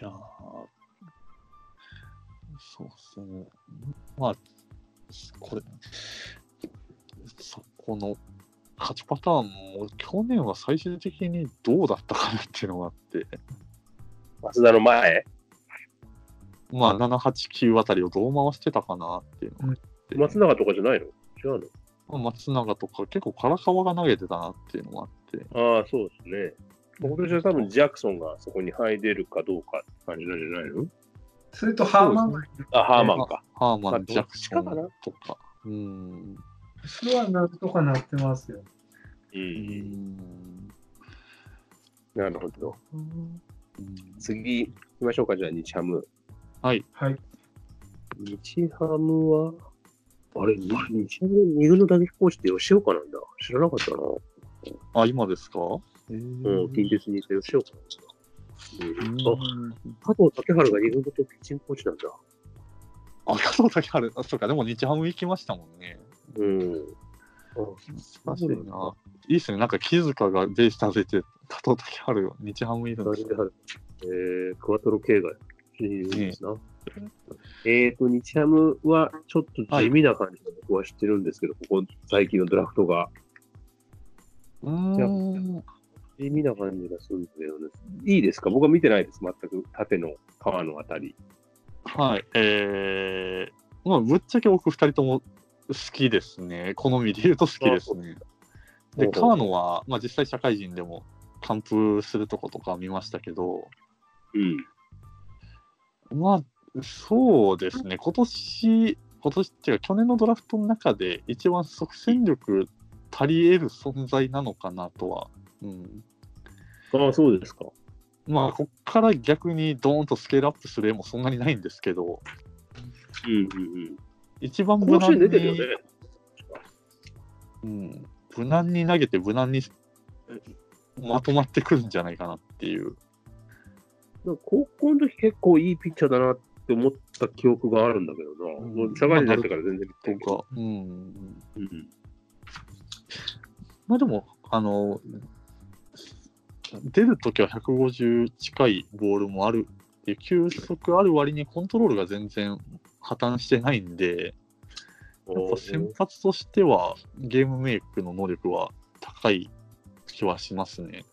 C: やーそうっすね。まあ、これ、そこの勝ちパターンも去年は最終的にどうだったかなっていうのがあって、
B: 増田の前
C: まあ7、8、9あたりをどう回してたかなっていうのがあって、
B: 松永とかじゃないの違う
C: 松永とか結構唐川が投げてたなっていうのがあって、
B: のああ、そうですね。僕としては多分ジャクソンがそこに入れるかどうかって感じなんじゃないの
D: それとハーマンがいる。
B: あ、ハーマンか。
C: ハー
B: ま
C: マ
B: あ
C: ン、ジャクソン
B: どっちかな
C: とか。うん。
D: それはなんとかなってますよ。
B: う。
C: うんん
B: なるほど。
C: うん
B: 次、行きましょうか、じゃあ、日ハム。
C: はい。
D: はい。
B: 日ハムは、あれ、日ハムで二軍の打撃コーチって吉岡なんだ。知らなかったな。
C: あ、今ですか
B: うん、近鉄にいた吉岡なんだ。うん、あ、
C: うん
B: 加藤竹原が二軍ごとピッチングコーチなんだ。
C: あ、加藤竹春、あそうか、でも日ハム行きましたもんね。
B: うん。
C: 難しいな。いいっすね、なんか木塚がベイスターズ行って、加藤竹春、日ハムいるんです
B: 竹原。えー、クワトロ系がいいですな。えーと、日ハムはちょっと地味な感じで僕は知ってるんですけど、ここ最近のドラフトが。
C: うーん。
B: 地味な感じがするんだよね。いいですか僕は見てないです。全く。縦の川のあたり。
C: はい。えー、まあ、ぶっちゃけ僕二人とも好きですね。好みで言うと好きですね。
B: ほう
C: で、
B: ほう
C: 川野は、まあ実際社会人でも完封するとことか見ましたけど、
B: うん。
C: まあ、そうですね、今年、今年っていうか、去年のドラフトの中で、一番即戦力足り得る存在なのかなとは、うん、
B: ああ、そうですか。
C: まあ、こっから逆にドーンとスケールアップする絵もそんなにないんですけど、
B: うんうん
C: 一番
B: うん。甲
C: 無難
B: 子園
C: に
B: 出てるよね。
C: うん、無難に投げて、無難にえまとまってくるんじゃないかなっていう。
B: なんか高校の時結構いいピッチャーだなって思った記憶があるんだけどな。
C: うん
B: もう社会人になってから全然
C: と
B: と
C: か、うん、
B: うん。
C: まあでも、あの、出るときは150近いボールもあるっていう、球速ある割にコントロールが全然破綻してないんで、やっぱ先発としてはゲームメイクの能力は高い気はしますね。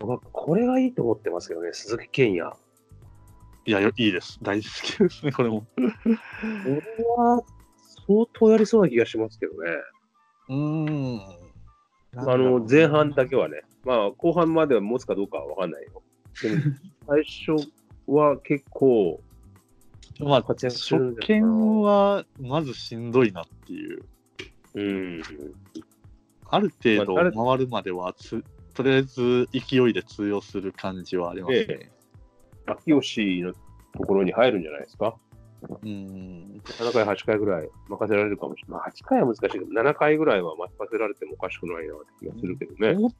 B: 僕はこれがいいと思ってますけどね、鈴木健也。
C: いや、よいいです。大好きですね、これも。
B: これは相当やりそうな気がしますけどね。
C: うーん。
B: あの前半だけはね、まあ、後半までは持つかどうかは分かんないよ。で も最初は結構、
C: まあ、
B: 活躍するん
C: 初
B: じゃないかな
C: 見はまずしんどいなっていう。
B: うん、
C: ある程
B: まあある
C: 度回るまではつ、とりあえず勢いで通用する感じはありますね。
B: 秋吉のところに入るんじゃないですか。
C: うん。
B: 7回、8回ぐらい任せられるかもしれない。まあ、8回は難しいけど、7回ぐらいは任せられてもおかしくないなって気がするけどね。
C: 思っ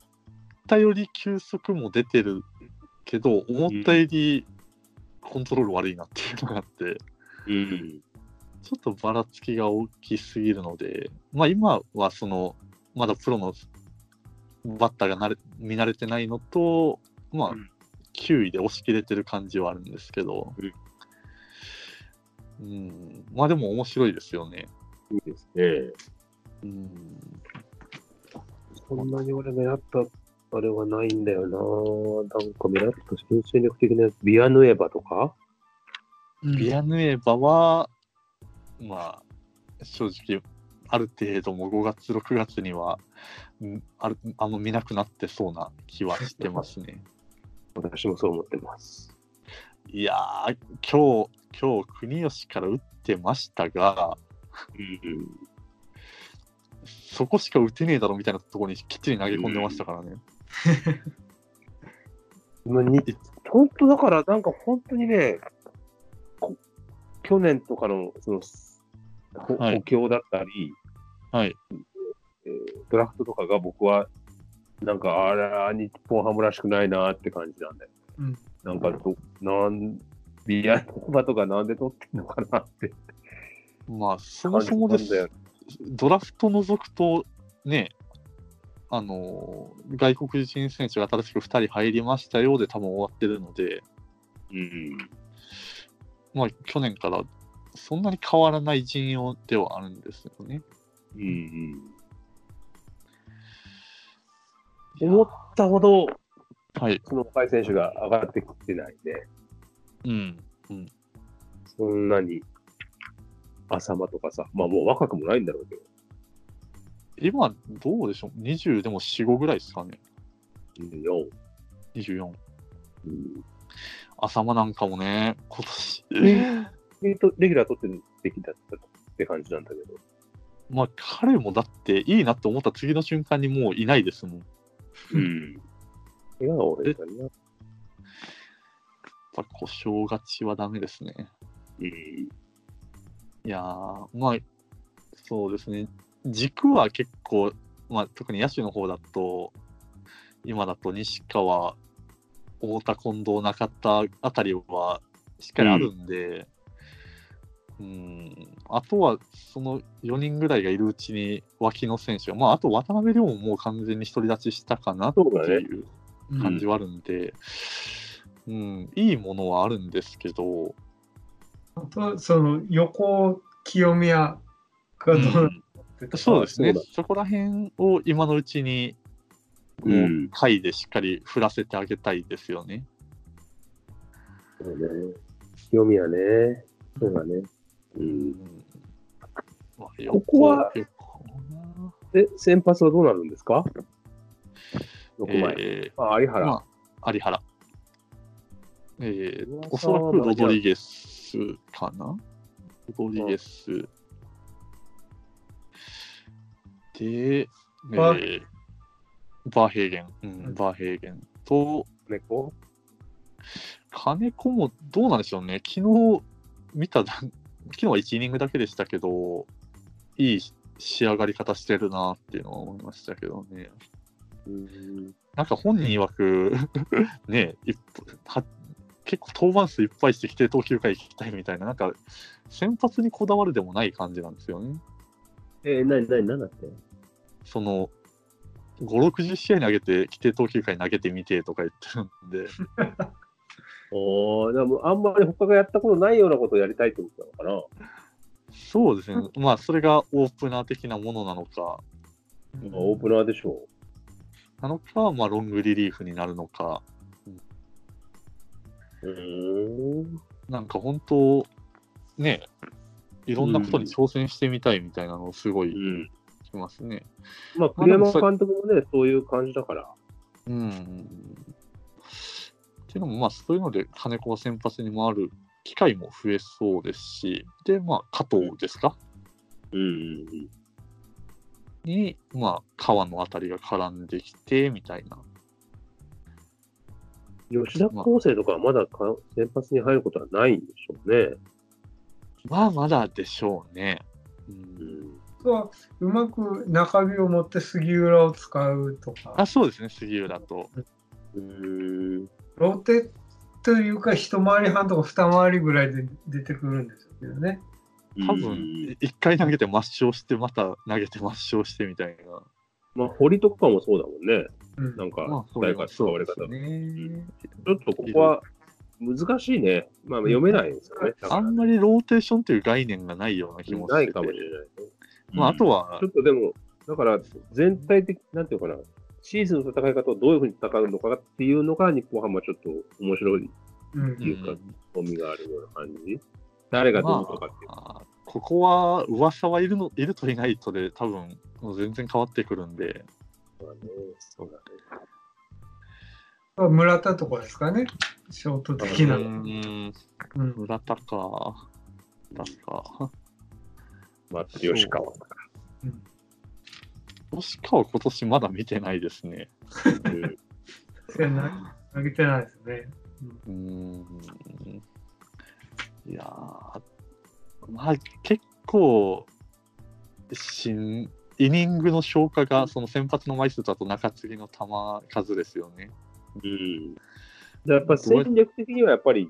C: たより球速も出てるけど、思ったよりコントロール悪いなっていうのがあって、
B: うん、
C: ちょっとばらつきが大きすぎるので、まあ今はその、まだプロのバッターが慣れ見慣れてないのと、まあ
B: うん、
C: 9位で押し切れてる感じはあるんですけど、うん、まあでも面白いですよね。
B: いいですね。
C: うん
B: こんなに俺目立ったあれはないんだよな。なんか目立った新戦力的なやつ、ビアヌエバとか
C: ビアヌエバは、まあ、正直、ある程度もう5月、6月には、んあるあんま見なくなってそうな気はしてますね。
B: 私もそう思ってます。
C: いやー、今日、今日、国吉から打ってましたが、
B: うん。
C: そこしか打てねえだろみたいなところにきっちり投げ込んでましたからね。
B: まあ、に
C: い
B: 本当だから、なんか本当にね、こ去年とかのそのほ
C: はい
B: 補強だったり、
C: はい。
B: ドラフトとかが僕は、なんか、あら、日本ハムらしくないなって感じなんで、
D: うん
B: なんかど、なん、ビアコバとかなんで取ってんのかなって
C: まあ、そ
B: 感
C: も
B: じ
C: そ
B: なん
C: も
B: だ
C: で
B: よね
C: す、ドラフト除くと、ね、あのー外国人選手が新しく2人入りましたようで多分終わってるので、
B: うん。
C: まあ、去年からそんなに変わらない陣容ではあるんですよね。
B: うんうん、思ったほど、
C: はい。
B: その若い選手が上がってきてないんで、
C: うん。
B: そんなに、浅間とかさ、まあもう若くもないんだろうけど、
C: 今、どうでしょう ?20 でも4、5ぐらいですかね。
B: 24。
C: 24。
B: うん
C: 浅間なんかもね、今年、
B: レギュレギュラー取ってるべきだったって感じなんだけど。
C: まあ、彼もだっていいなって思った次の瞬間にもういないですもん。
B: うん。怪我が多いからな。
C: やっぱ故障勝ちはダメですね。
B: うん。
C: いやー、まあ、そうですね。軸は結構、まあ、特に野手の方だと、今だと西川、太田、近藤、中田あたりはしっかりあるんで、うん、あとはその4人ぐらいがいるうちに脇の選手が、まあ、あと渡辺亮ももう完全に独り立ちしたかなって
B: そうだね
C: いう
D: うん
C: 感じはあるんで、うん、いいものはあるんですけど、
D: あとその横清宮がどうな
C: う
D: っ
C: ん
D: てたか
C: そうですね
B: そうだ
C: そこら辺を今のうちにもう
B: うん
C: 回でしっかり振らせてあげたいですよね。
B: そうね。清宮ね。そうだね。うん。
C: まあ
B: ここは、
C: よくよ
B: で、先発はどうなるんですか
C: く
B: ?6 枚。
C: え
B: あ、有
C: ー
B: 原。
C: まあ、有原。えー
B: 噂は
C: おそらくロドリゲスかなロドリゲス。で、え
D: バ
C: ーバーヘーゲン、うんバーヘーゲンと、
B: 猫
C: 金子もどうなんでしょうね、昨日見ただ、昨日は1イニングだけでしたけど、いい仕上がり方してるなっていうのは思いましたけどね。
B: うん。
C: なんか本人曰く、 ねいっぱは結構登板数いっぱいして規定投球回行きたいみたいな、なんか先発にこだわるでもない感じなんですよね。
B: えー、なになになんだって
C: その5、60試合投げて、規定投球回投げてみてとか言ってるんで、
B: おー、でもあんまり他がやったことないようなことをやりたいってことなのか
C: そうですね、まあそれがオープナー的なものなのか、
B: な、まあ、オープナーでしょ
C: なのか、まあ、ロングリリーフになるのか、
B: う。うん。
C: なんか本当、ね、いろんなことに挑戦してみたいみたいなのをすごい
B: うん。
C: しますね。
B: まあ、栗山監督もね、そういう感じだから。
C: うん。っていうのも、まあ、そういうので、金子が先発に回る機会も増えそうですし、で、まあ、加藤ですか
B: うんうん
C: に、まあ、川のあたりが絡んできて、みたいな。
B: うん。吉田康生とかはまだか先発に入ることはないんでしょうね。
C: まあ、まだでしょうね。う、
B: うんん。
D: はうまく中日を持って杉浦を使うとか
C: あ、そうですね、杉浦と。
B: うーん。
D: ローテというか一回り半とか二回りぐらいで出てくるんですよね。
C: 多
B: うん
C: 分、一回投げて抹消して、また投げて抹消してみたいな。
B: まあ、堀とかもそうだもんね。
D: うん
B: なんか、
C: まあ、そ
B: 誰
C: れ
B: か
C: は
B: 使わ
C: そう
B: れ
C: で
B: 方。
C: すね。
B: ちょっとここは難しいね。まあ、読めないですよね。だか
C: あ
B: ら
C: んまりローテーションという概念がないような気も
B: な
C: し
B: い
C: て、
B: かもしてれないね。
C: まあ、あとは
B: ちょ、っとでも、だから全体的、なんていうのかな、シーズンの戦い方をどういうふうに戦うのかっていうのが、日本ハムはちょっと面白い
D: うん
C: うん
B: いうか興味があるような感じ。誰がどうとかっていう。
C: あーここは噂はいるのいるといないとで多分もう全然変わってくるんで、
G: そうだね。そうだね。
D: 村田とかですかね、ショート的な。
C: う
D: うん
C: ん、
D: うん
C: 村田か、確か。
G: まあ、吉川とか。
C: 吉川今年まだ見てないですね。
D: 投げ投げてないですね。
C: うーんいやーまあ結構新イニングの消化がその先発の枚数とあと中継ぎの球数ですよね。
B: うん。
G: や
C: や
G: っ
C: っ
G: ぱ
C: ぱ
G: 戦
C: 戦
G: 略
B: 力的にはやっぱり、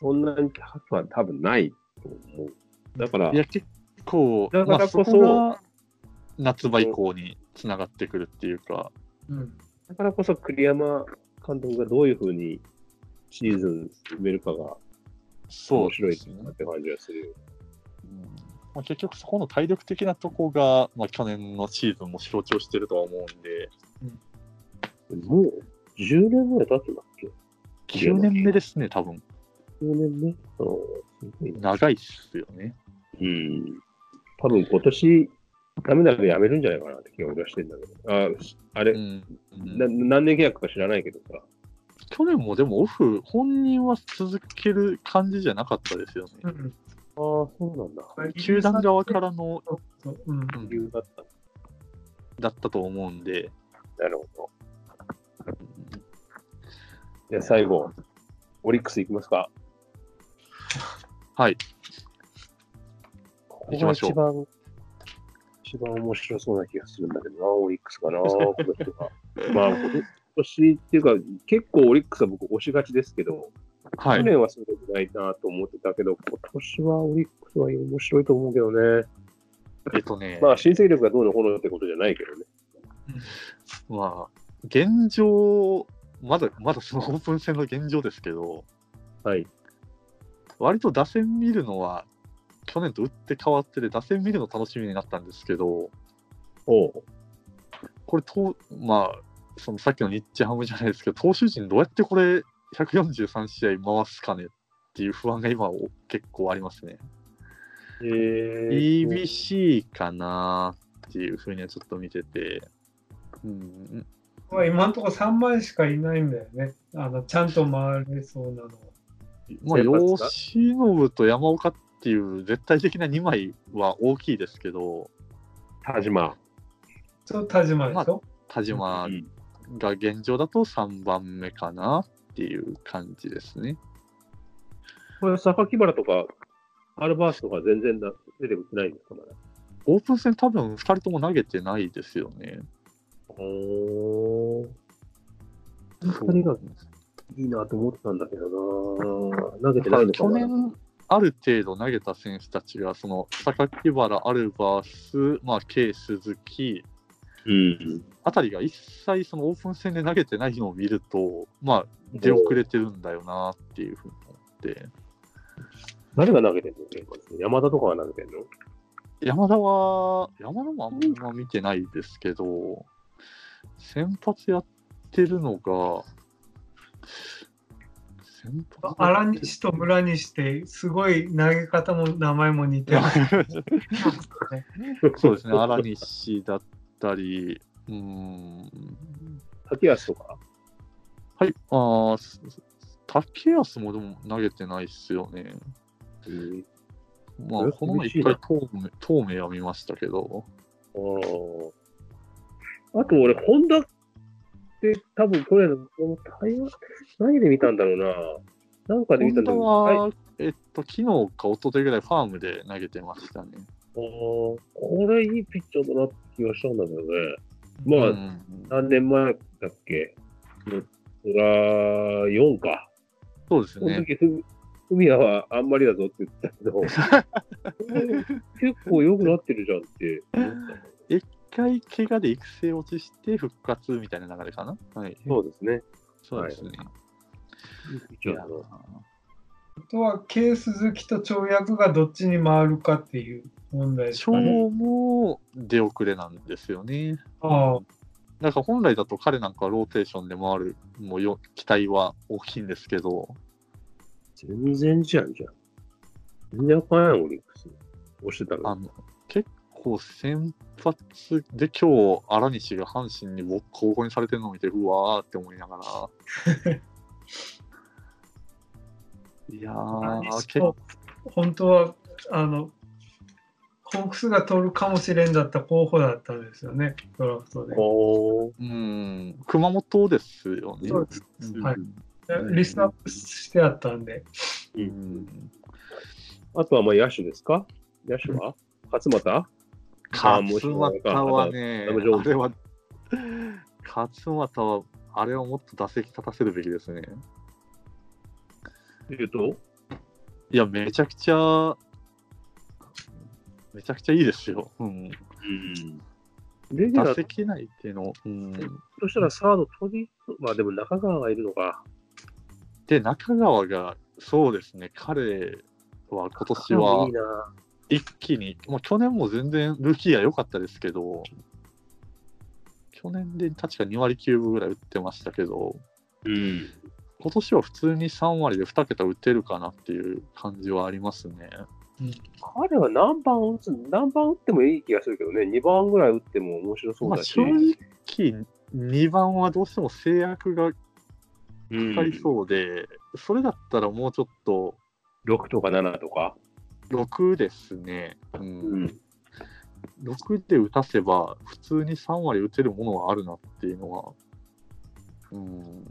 B: そんなに高くは多分ないと思う。だから
C: い、や結構
G: だから
C: まあ
G: こそ
C: こが夏場以降につながってくるっていうか、
D: うん
G: だ
B: だからこそ栗山監督がどういうふうにシーズン進めるかが
C: そう
B: 面白
C: で
B: い
C: す
B: なって感じがするよ。
C: うんまあ、結局そこの体力的なとこが、まあ、去年のシーズンも象徴してるとは思うんで
B: もう10年ぐらい経つんだっけ
C: 9年目ですね多分
B: ?10 年目うんすごいな
C: 長いっすよね。
B: うん。多分今年、ダメならやめるんじゃないかなって気が俺はしてんだけど。あしあれ、
C: うんうん
B: な何年契約か知らないけどさ。
C: 去年もでもオフ、本人は続ける感じじゃなかったですよ
D: う
B: あ
C: ね。
D: ん
B: あ、そうなんだ。
C: 球団側からの、
D: そううん
C: うん
B: 理由だった。
C: だったと思うんで、
B: なるほど。じゃあ最後、オリックス行きますか。
C: はい。
B: こ
C: 行
B: こ
C: き
B: が
C: ましょう
B: 一番、一番面白そうな気がするんだけどな、オリックス かな、今年は。まあ、今年っていうか、結構オリックスは僕、押しがちですけど、
C: は
B: 去
C: い。
B: 年はそうでもないなと思ってたけど、今年はオリックスは面白いと思うけどね。
C: えっとね、
B: まあ、新戦力がどうのこうのってことじゃないけどね。
C: まあ、現状、まだ、まだそのオー プン戦の現状ですけど、
B: はい。
C: 割と打線見るのは、去年と打って変わってで、打線見るの楽しみになったんですけど、
B: おう
C: これと、まあ、そのさっきの日ッハムじゃないですけど、投手陣どうやってこれ、143試合回すかねっていう不安が今、お結構ありますね。
B: えー
C: EBC かなっていうふうにはちょっと見てて、うん、
D: まあ今のところ3枚しかいないんだよね。あのちゃんと回れそうなのは。
C: まあ、
B: 先発が
C: 吉信と山岡っていう絶対的な2枚は大きいですけど、
B: 田島。
D: ちょっと田島でしょ、
C: 田島が現状だと3番目かなっていう感じですね。
B: これ、榊原とか、アルバースとか全然な出てきてないんですか、まだ。
C: オープン戦、多分2人とも投げてないですよね。
B: おー。
C: そう
B: 二人がいいなと思ったんだけどな投げてないのか
C: 去
B: な
C: 年ある程度投げた選手たちが、その榊原、アルバース、まあ、K、鈴木
B: うん。
C: あたりが一切そのオープン戦で投げてないのを見ると、まあ、出遅れてるんだよなっていうふうに思って、
B: 誰が投げてんの山田とかが投げてんの
C: 山田は、山田もあんま見てないですけど、先発やってるのが、先発
D: 荒西と村西ってすごい投げ方も名前も似てる。
C: そ うですね、荒西だったり、うーん、
B: 竹安とか
C: はい、ああ、すす竹安もでも投げてないっすよね。
B: うん。
C: ま
B: え
C: あ、この前
B: 厳しい
C: 一
B: な
C: 回透明、透明は見ましたけど、
B: あーあと俺、ホンダって多分去年の、この台湾、何で見たんだろうな。なんかで見た
C: 本
B: んだけ
C: 当
B: ど、
C: は、
B: はい、
C: えっと、昨日か一昨日ぐらいファームで投げてましたね。
B: あーこれいいピッチャーだなって気がしたんだけどね。まあ、
C: うん
B: 何年前だっけそら、4か。
C: そうです
B: その
C: ね。
B: 時、ふ海谷はあんまりだぞって言ってたけ ど、結構良くなってるじゃんって思った。
C: 一回怪我で育成落ちして復活みたいな流れかな。はい。
B: そうですね。
C: そうですね。
B: 一応あの
D: あとは K 鈴木と跳躍がどっちに回るかっていう問題です
C: 翔
D: かね。
C: も出遅れなんですよね。
D: ああ
C: なんか本来だと彼なんかローテーションで回るもうよ期待は大きいんですけど、
B: 全然じゃんじゃん。全然あかんやん、オリックス。押してたの
C: あの結構先発で今日荒西が阪神にボッコボコにされてるのを見てうわーって思いながら いやー結構
D: 本当はあのホークスが取るかもしれんだった候補だったんですよね、ドラフトで。
B: おー
C: うん熊本ですよね
D: そうです
C: うん
D: はいリストアップしてあったんで、
C: うん
B: あとはまあ野手ですか野手は勝俣あーもう
C: 勝俣はね、
B: ダメ
C: あれは、勝俣は、あれをもっと打席立たせるべきですね。
B: っていうと、
C: いや、めちゃくちゃ、めちゃくちゃいいですよ。う
B: レ
C: ん、
B: ギュラ
C: 打
B: ー
C: 席内っていうの、うん、
B: としたらサード飛び、まあでも中川がいるのか。
C: で、中川が、そうですね、彼は今年
B: い
C: はい
B: な。
C: 一気に、もう去年も全然ルーキーは良かったですけど、去年で確か2割9分ぐらい打ってましたけど、
B: うん。
C: 今年は普通に3割で2桁打てるかなっていう感じはありますね。
B: 彼は何番打つ、何番打ってもいい気がするけどね、2番ぐらい打っても面白そう
C: まあ、
B: だし。
C: 正直、2番はどうしても制約がか
B: うん
C: かりそうで、それだったらもうちょっと
B: 6とか7とか。
C: 6ですね、うん
B: うん。
C: 6で打たせば、普通に3割打てるものはあるなっていうのは。うん、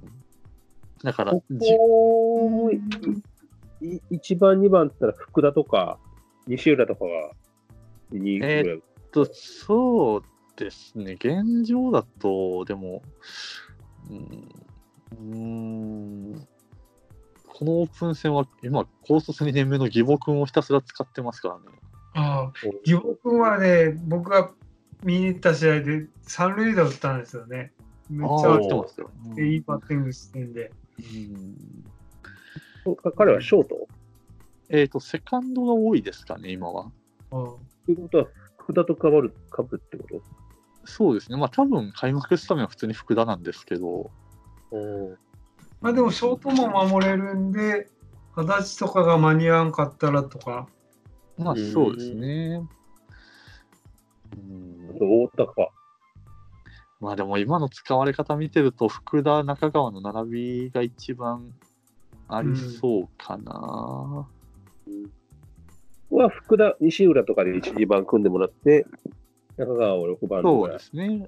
C: だから、
B: こ
C: じ
B: こ、い1番、2番って言ったら福田とか、西浦とかが2ぐらい。
C: と、そうですね、現状だと、でも、うん、うーんこのオープン戦は、今、高卒2年目の義母君をひたすら使ってますからね。
D: ああ義母君はね、僕が見に行った試合で三塁打打ったんですよね。めっち
C: あ
D: ゃ
C: ー来てますよ。
D: いいバッティングしてんで。
C: うん
B: そうか彼はショート
C: えっ、と、セカンドが多いですかね、今は。
D: うん
B: ということは、福田とかぶるかぶってこ
C: そうですね、まあ、多分開幕スタメンは普通に福田なんですけど、
B: とうん。
D: まあでも、ショートも守れるんで、足立とかが間に合わんかったらとか、
C: まあ
B: うん
C: そうですね。うん
B: 大高。
C: まあでも今の使われ方見てると福田中川の並びが一番ありそうかな、
B: は福田、西浦とかで1、2番組んでもらって、中川を6番と
C: そう
B: か
C: ですね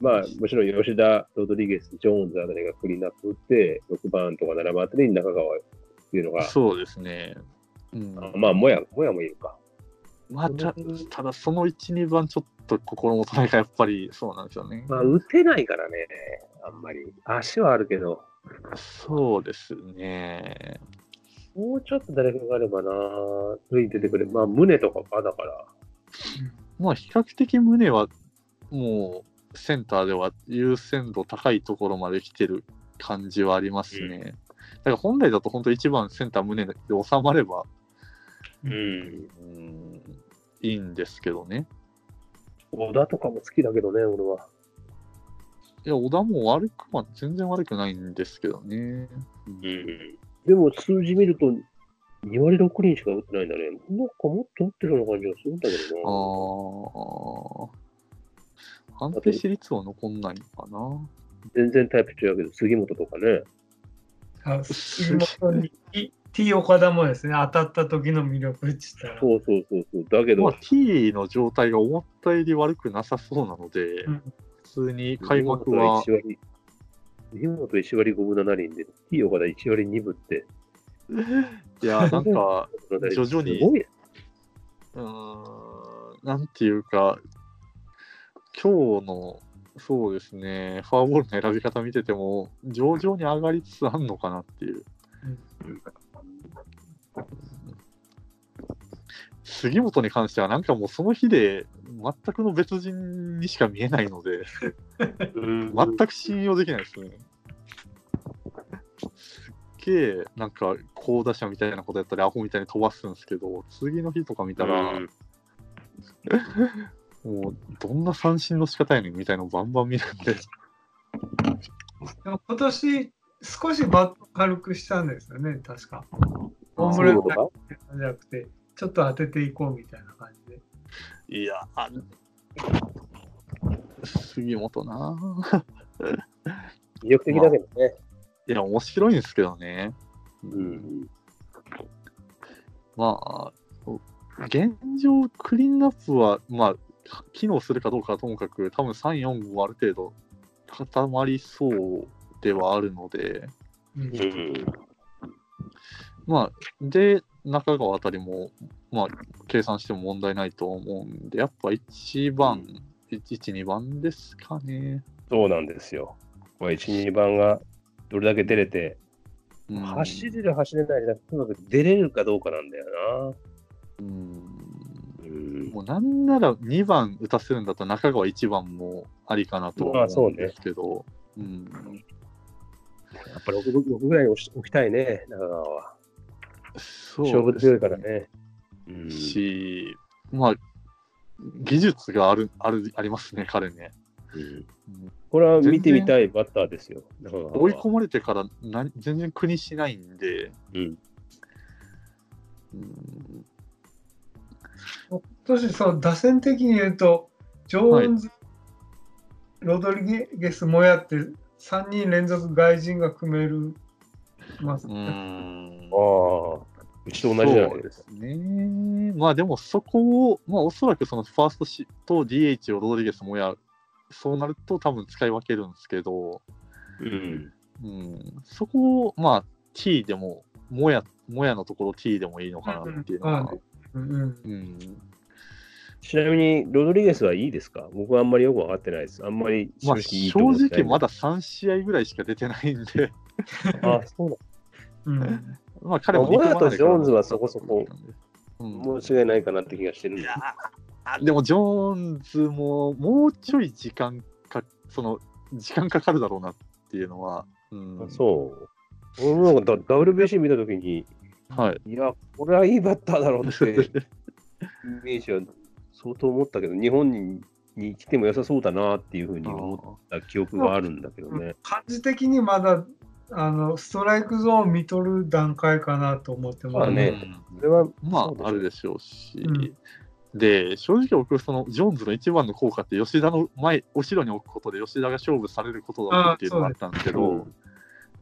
B: まあ、もちろん吉田、ロドリゲス、ジョーンズあたりがクリーンアップ打って、6番とか7番あたりに中川っていうのが、
C: そうですね、うん、
B: まあ、もや、もやもいるか。
C: まあたただその12番ちょっと心もとないがやっぱりそうなんですよね、
B: まあ、打てないからね、あんまり。足はあるけど、
C: そうですね
B: もうちょっと誰かがあればな、塁に出てくれ。まあ、胸とかか、だから。
C: まあ比較的胸はもうセンターでは優先度高いところまで来てる感じはありますね、だから本来だと本当1番センター胸で収まれば
B: うん。
C: うんいいんですけどね。
B: 小田とかも好きだけどね、俺は。
C: いや、小田も悪くは、全然悪くないんですけどね。
B: でも、数字見ると、2割6厘しか打ってないんだね。なんかもっと打ってるような感じがするんだけ
C: あ
B: ど
C: あ。安定比率は残んないのかな。
B: な。全然タイプ違うけど、杉本とかね。
D: あ杉本に T- T 岡田もですね、当たった時の魅力って言ったら。
B: そうそうそうそう。だけど、
C: まあ、T の状態が思ったより悪くなさそうなので、
D: うん
C: 普通に開幕は、
B: 杉本1割。杉本1割5分7厘で、T 岡田1割2分って、
C: いや、なんか、徐々に
B: すごいね
C: うーん、なんていうか、今日の、そうですね、フォアボールの選び方見てても、上々に上がりつつあるのかなっていう。杉本に関しては、なんかもうその日で全くの別人にしか見えないので、全く信用できないですね。すっげえ、なんか、好打者みたいなことやったり、アホみたいに飛ばすんですけど、次の日とか見たら、もう、どんな三振の仕方やねんみたいのをバンバン見るんで、
D: でも今年、少しバット軽くしたんですよね、確か。
C: あ
D: ホー
C: そ
D: ム
C: うい
D: ラ
C: う
D: ン
C: こと
B: か
D: じゃなくて、ちょっと当てていこうみたいな感じで。
C: いや、あ杉本なぁ
B: 魅力的だけどね。
C: いや、面白いんですけどね。
H: うん。
C: まあ、現状、クリーンアップは、まあ、機能するかどうかはともかく、多分3、4、5ある程度固まりそうではあるので、
D: うん
H: うん。
C: まあ、で、中川あたりも、まあ、計算しても問題ないと思うんで、やっぱ1番、1、2番ですかね。
B: そうなんですよ。これ1、2番がどれだけ出れて、
C: うん
B: 走れる、走れないじゃなくて、とにかく出れるかどうかなんだよ
C: うん
B: な。うん。
C: もうなんなら2番打たせるんだったら中川1番もありかなとは
B: まあそ
C: 思
B: う
C: うん
B: ね
C: ですけど、うん、
B: やっぱり 6, ぐらいに置き置きたいね、中川は。
C: そう
B: 勝負
C: です
B: 強いからね。うん
C: し、まあ、技術がある、ある、ありますね、彼ね。
B: これは見てみたいバッターですよ。中川は
C: 追い込まれてからな全然苦にしないんで、
B: うん
C: うん
D: そしてその打線的に言うと、ジョーンズ、ロドリゲス、モヤって3人連続外人が組めるます、
C: うん
B: ああ、うちと同じじゃないですか。
C: そうですね。まあでもそこを、まあおそらくそのファーストシと DH をロドリゲスもや、そうなると多分使い分けるんですけど、
B: うん。
C: うん、そこをまあ T でも、もや、もやのところ T でもいいのかなっていうの
D: うん
C: は
D: は、うんうん
C: うん、
B: ちなみに、ロドリゲスはいいですか僕はあんまりよくわかってないです。あんまり
C: まあ
B: いい
C: 正
B: と思ってない
C: 直まだ3試合ぐらいしか出てないんで、
B: あそうだ。
D: うん
C: まあ彼
B: ま
C: も
B: あモヤ
C: 肉離
B: と
C: れ
B: ジ
C: か
B: ョ
C: ら
B: ーンズはそこそこ
C: うん
B: 申し訳ないかなって気がしてるんだ
C: あでも、ジョーンズも、もうちょい時間か、その、時間かかるだろうなっていうのは、うん、
B: そう。俺もなんか WBC 見たときに、
C: はい。
B: いや、これはいいバッターだろう って、イメージは相当思ったけど、日本にに来ても良さそうだなっていうふうに思った記憶があるんだけどね。
D: 感じ的にまだあのストライクゾーンを見とる段階かなと思ってま
B: そう
D: す
B: だね
C: うん
B: それは、
C: ま
B: そうでしょう
C: あ、あるでしょうし、
D: うん
C: で、正直僕、その、ジョーンズの一番の効果って、吉田の前、お城に置くことで、吉田が勝負されることだっていうのがあったんですけ
B: あそう
C: ど、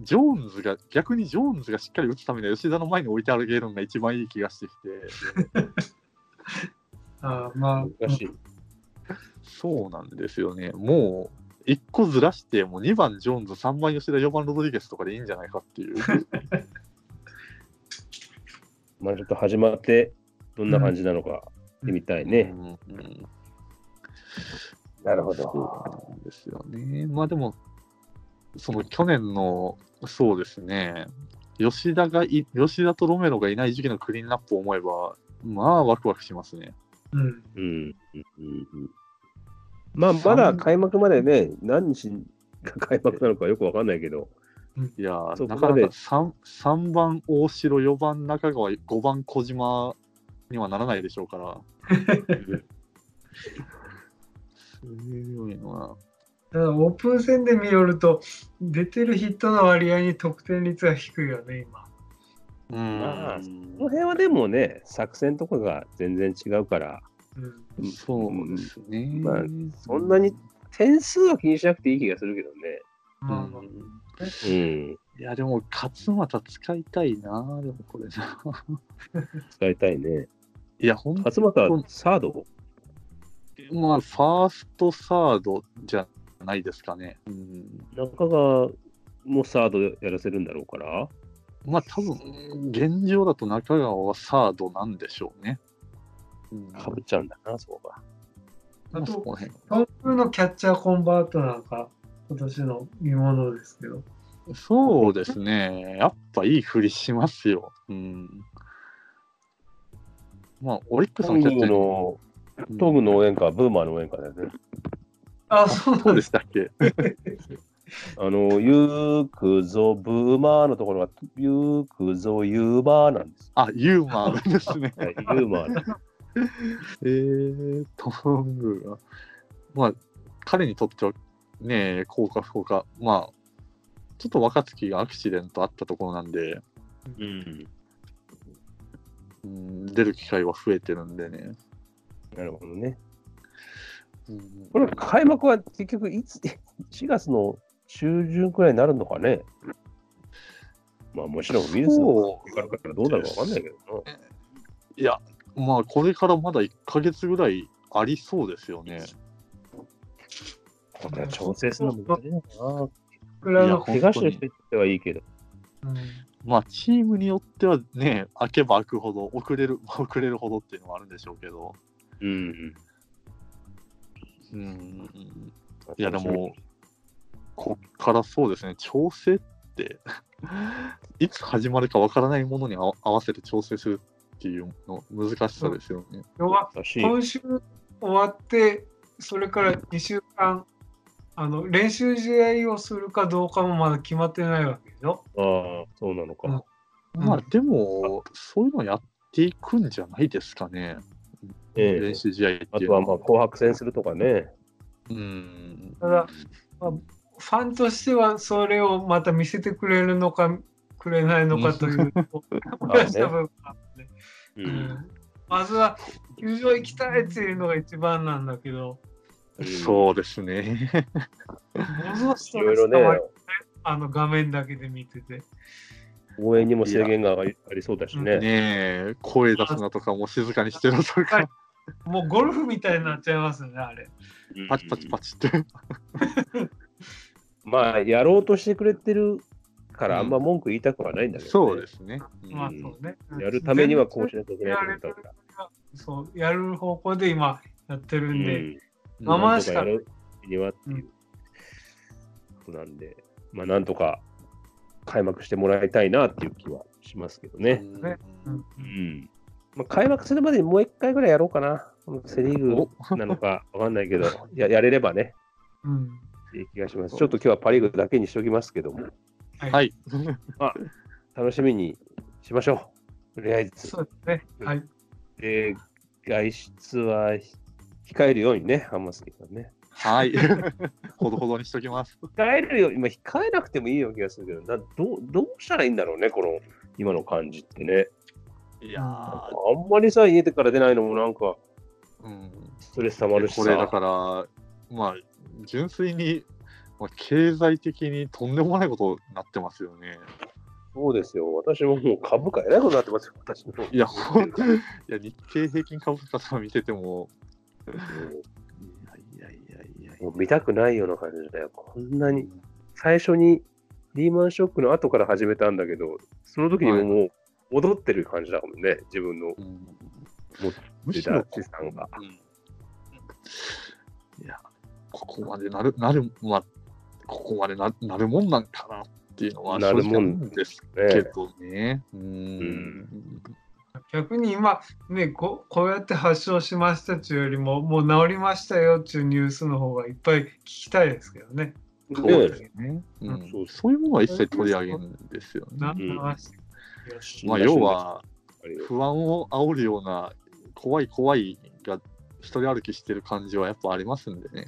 C: ジョーンズが、逆にジョーンズがしっかり打つためには、吉田の前に置いてあげるのが一番いい気がしてきて、
D: あーまあ
B: 難しい。
C: そうなんですよね。もう、1個ずらして、もう2番ジョーンズ、3番吉田、4番ロドリゲスとかでいいんじゃないかっていう。
B: まあちょっと始まって、どんな感じなのか、見てみたい ね。
C: うんうん
B: なるほ
C: そうなんですよね。まあでも、その去年の、そうですね、吉田がい、吉田とロメロがいない時期のクリーンナップを思えば、まあワクワクしますね。
D: うん
B: うんうんうんうんまあ、まだ開幕までね、何日が開幕なのかよくわかんないけど、
C: いやー
B: そこ
C: な
B: ま
C: かなか
B: で
C: 3, 3番大城、4番中川、5番小島にはならないでしょうから。 すごいな。
D: ただオープン戦で見よると出てるヒットの割合に得点率が低いよね今
C: う
B: まあ
C: ん
B: この辺はでもね、作戦とかが全然違うから、
D: うん
C: そうですね。
B: まあそんなに点数は気にしなくていい気がするけど
C: う
D: まあまあ
C: ん。
B: ね。
C: いや、でも、勝俣使いたいな、でもこれ な。
B: うん、使いたいね。
C: いや、ほん
B: 勝俣はサード
C: まあ、ファースト、サードじゃないですかね。うん、
B: 中川もサードやらせるんだろうから、
C: まあ、多分現状だと中川はサードなんでしょうね。うん、
B: かぶっちゃうんだな、そうか。
C: まあそこら辺
D: 東風のキャッチャーコンバートなんか今年の見ものですけど
C: そうですね。やっぱいい振りしますよ。うん、まあ、オリックスのキャッチャーに
B: の、東宮の応援歌、ブーマーの応援歌だよね。
D: あそうなん
C: そう
D: で
C: ですしたっけ
B: あの、ゆくぞブーマーのところが、ゆくぞユーマーなんです。
C: あ、ユーマーですね。
B: はい、 ユーマーだ。
C: えー、トム・ブーが。まあ、彼にとってはね、効果不効果。まあ、ちょっと若月がアクシデントあったところなんで、
B: うん。
C: うん出る機会は増えてるんでね。
B: なるほどね。
C: うん
B: これ、開幕は結局いつ、4月の中旬くらいになるのかね。まあ、もちろんウイルスの
C: そ
B: かからどうなるかわかんないけどな。
C: ういや、まあこれからまだ1ヶ月ぐらいありそうですよね。
B: だから調整するのも難しいのかな。
D: これはい
C: や
D: あの
C: 本当に
B: 怪我してる人にとってはいいけど。
D: うん
C: まあチームによってはね、開けば開くほど、遅れる、まあ遅れるほどっていうのはあるんでしょうけど。
B: うん。
C: うん。いや、でも、こっからそうですね、調整って、 いつ始まるかわからないものに合わ合わせて調整するっていうの難しさですよね。
D: 要は
B: 楽しい、
D: 今週終わって、それから2週間、あの練習試合をするかどうかもまだ決まってないわけでしょ。
B: ああ、そうなのか。
D: うん
C: まあ、でも、そういうのやっていくんじゃないですかね、
B: ええ
C: 練習試合って
B: あ
C: いう
B: とは、
C: の
B: まあ、
C: は。
B: 紅白戦するとかね。
C: うん。
D: ただ、まあファンとしてはそれをまた見せてくれるのか、くれないのかという、 同じ部分があって
B: う
D: うんまずは球場行きたいっていうのが一番なんだけど、
C: そうですね。
D: ものす
B: い
D: ご
B: ろいろ
D: い
B: ね、
D: 伝わりあの画面だけで見てて。
B: 応援にも制限がありありそうだしね。
C: ねえ、声出すなとか、もう静かにしてると
D: はい
C: か、
D: もうゴルフみたいになっちゃいますよね、あれ。
B: うん
C: パチパチパチって。
B: まあ、やろうとしてくれてるから、あ
C: うん
B: んま文句言いたくはないんだけど、ね
C: そうですね。うん
D: まあそうね。
B: やるためにはこうしなきゃいけないと思ったから。
D: そう、やる方向で今やってる
B: うん
D: で、
B: ん
D: 我慢し
B: な
D: か
B: んとかやるにはっていうことなんで、まあ、なんとか開幕してもらいたいなっていう気はしますけどね。
D: ね
C: うん
B: うんまあ、開幕するまでにもう一回ぐらいやろうかな。セ・リーグなのかわかんない けど、ややれればね、
D: うん。
B: いい気がします。ちょっと今日はパ・リーグだけにしておきますけども、
C: はい。
B: 楽しみにしましょう。とりあえず。
D: そうですね。はい。
B: で、外出は控えるようにね、浜崎さんね。
C: はい。ほどほどにしときます。
B: 控えるよ、今控えなくてもいいような気がするけど、などうどうしたらいいんだろうね、この今の感じってね。
C: い
D: や
B: あんまりさ、家から出ないのもなんか
C: うん、
B: ストレス溜まるしさ。
C: これだから、まあ、純粋に、まあ、経済的にとんでもないことになってますよね。
B: そうですよ、私ももう株価えらいことになってますよ、私の。
C: いや、ほんいや日経平均株価さん見てても、いやいやいやい
B: もう見たくないような感じだよ、こんなに。最初にリーマンショックの後から始めたんだけど、その時にももう戻ってる感じだもんね、自分の
C: うん
B: 持
C: む
B: って
C: したろ、
B: 資産が。
C: いや、ここまでなる、なる、まあ、ここまでななるもんなんかなっていうのは、
B: なるもん
C: です
B: ね
C: けどね。うーん。
D: 逆に今、ねこ、こうやって発症しましたっていうよりも、もう治りましたよっていうニュースの方がいっぱい聞きたいですけどね。
C: そう
B: ね
C: ですね。う
D: うん
B: そ、う
C: そういうものは一切取り上げるんですよね。
D: 治りましたよし。
C: まあ、要は、
B: あれよ
C: 不安を煽るような、怖い怖いが一人歩きしてる感じはやっぱありますんでね。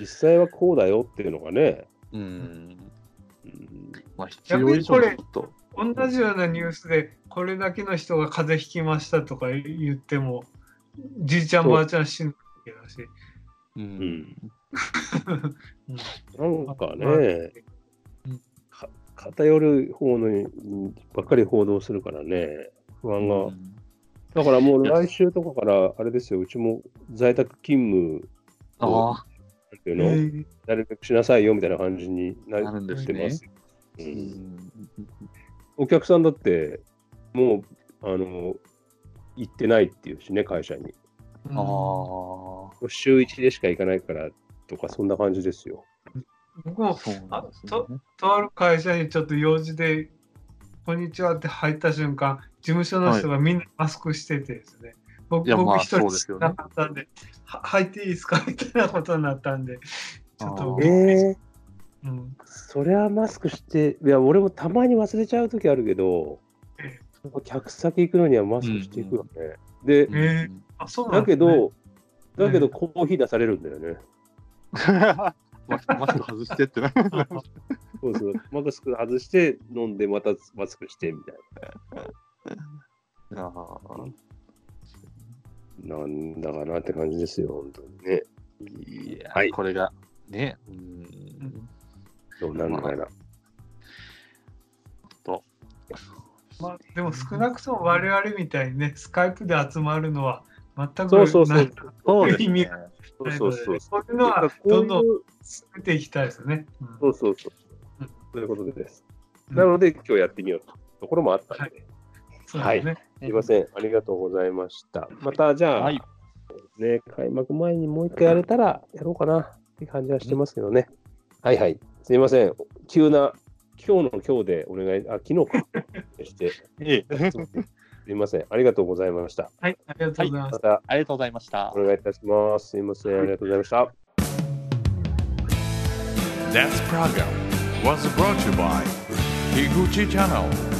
B: 実際はこうだよっていうのがね、
C: うん。
B: うん
C: まあ、必要以上にちょっと。
D: 同じようなニュースで、これだけの人が風邪ひきましたとか言っても、じいちゃんばあちゃん死ぬわけだし。
C: う。
B: うんん
D: うん
B: なんか
D: まあ
B: ね、か偏る方のうんばっかり報道するからね、不安が。
C: うん
B: だからもう
C: いや
B: 来週とかから、あれですよ、うちも在宅勤務
C: ああ、
B: っていう
D: え
B: のを
D: ー
B: なるべくしなさいよみたいな感じにな
C: なるんで
B: っ
C: す
B: てま
C: ね
B: す。。う
C: うんん
B: お客さんだって、もう、あの、行ってないっていうしね、会社に。
C: ああ。
B: 週1でしか行かないからとか、そんな感じですよ。
D: 僕も
C: そうなんですね。
D: とある会社にちょっと用事で、こんにちはって入った瞬間、事務所の人がみんなマスクしててですね、
C: い
D: 僕
C: やまあ
D: 僕一
C: そう
D: 人
C: です
D: し
C: よね
D: なかったんで、は入っていいですかみたいなことになっ たんで、ちょっと
C: あ、ー
B: え
D: うん、
B: そりゃマスクして、いや、俺もたまに忘れちゃうときあるけど
D: え、
B: 客先行くのにはマスクしていくよね。で、
D: えーあそうな
B: だ
D: んで
B: け
D: すね
B: ど、だけ
D: う
B: ど
D: ん
B: コーヒー出されるんだよね。
C: マスクマスク外して ってな。
B: そうそう。マスク外して、飲んで、またマスクしてみたい
C: いやー
B: なんだかなって感じですよ、本当にね。
C: いやー
B: はい
C: これが、ね、うーん、
B: どうなるのかやら。
D: まあ、でも少なくとも我々みたいにね、スカイプで集まるのは全く
B: そうそうそう
D: ない。
F: そうです
D: 意味
F: ね。
B: そうそうそう。
D: そういうのはどんどん進めていきたいですね。
B: そううそうそう
D: うん。
B: そういうことです。
D: うん
B: なので、今日やってみようと。ところもあったんで。
D: そうですね。
B: すいません。ありがとうございました。また、じゃあ、
C: はい、
B: ね、開幕前にもう一回やれたらやろうかなって感じはしてますけどね。はいはい。すいません。急な、今日の今日でお願い、あ、昨日か。して、す
C: ええ
B: いません。ありがとうございました。
D: はい、ありがとうございます
B: ま。た
C: ありがとうございました
B: お。願いいたします。すいません。ありがとうございました。
A: This program was brought to you by Higuchi Channel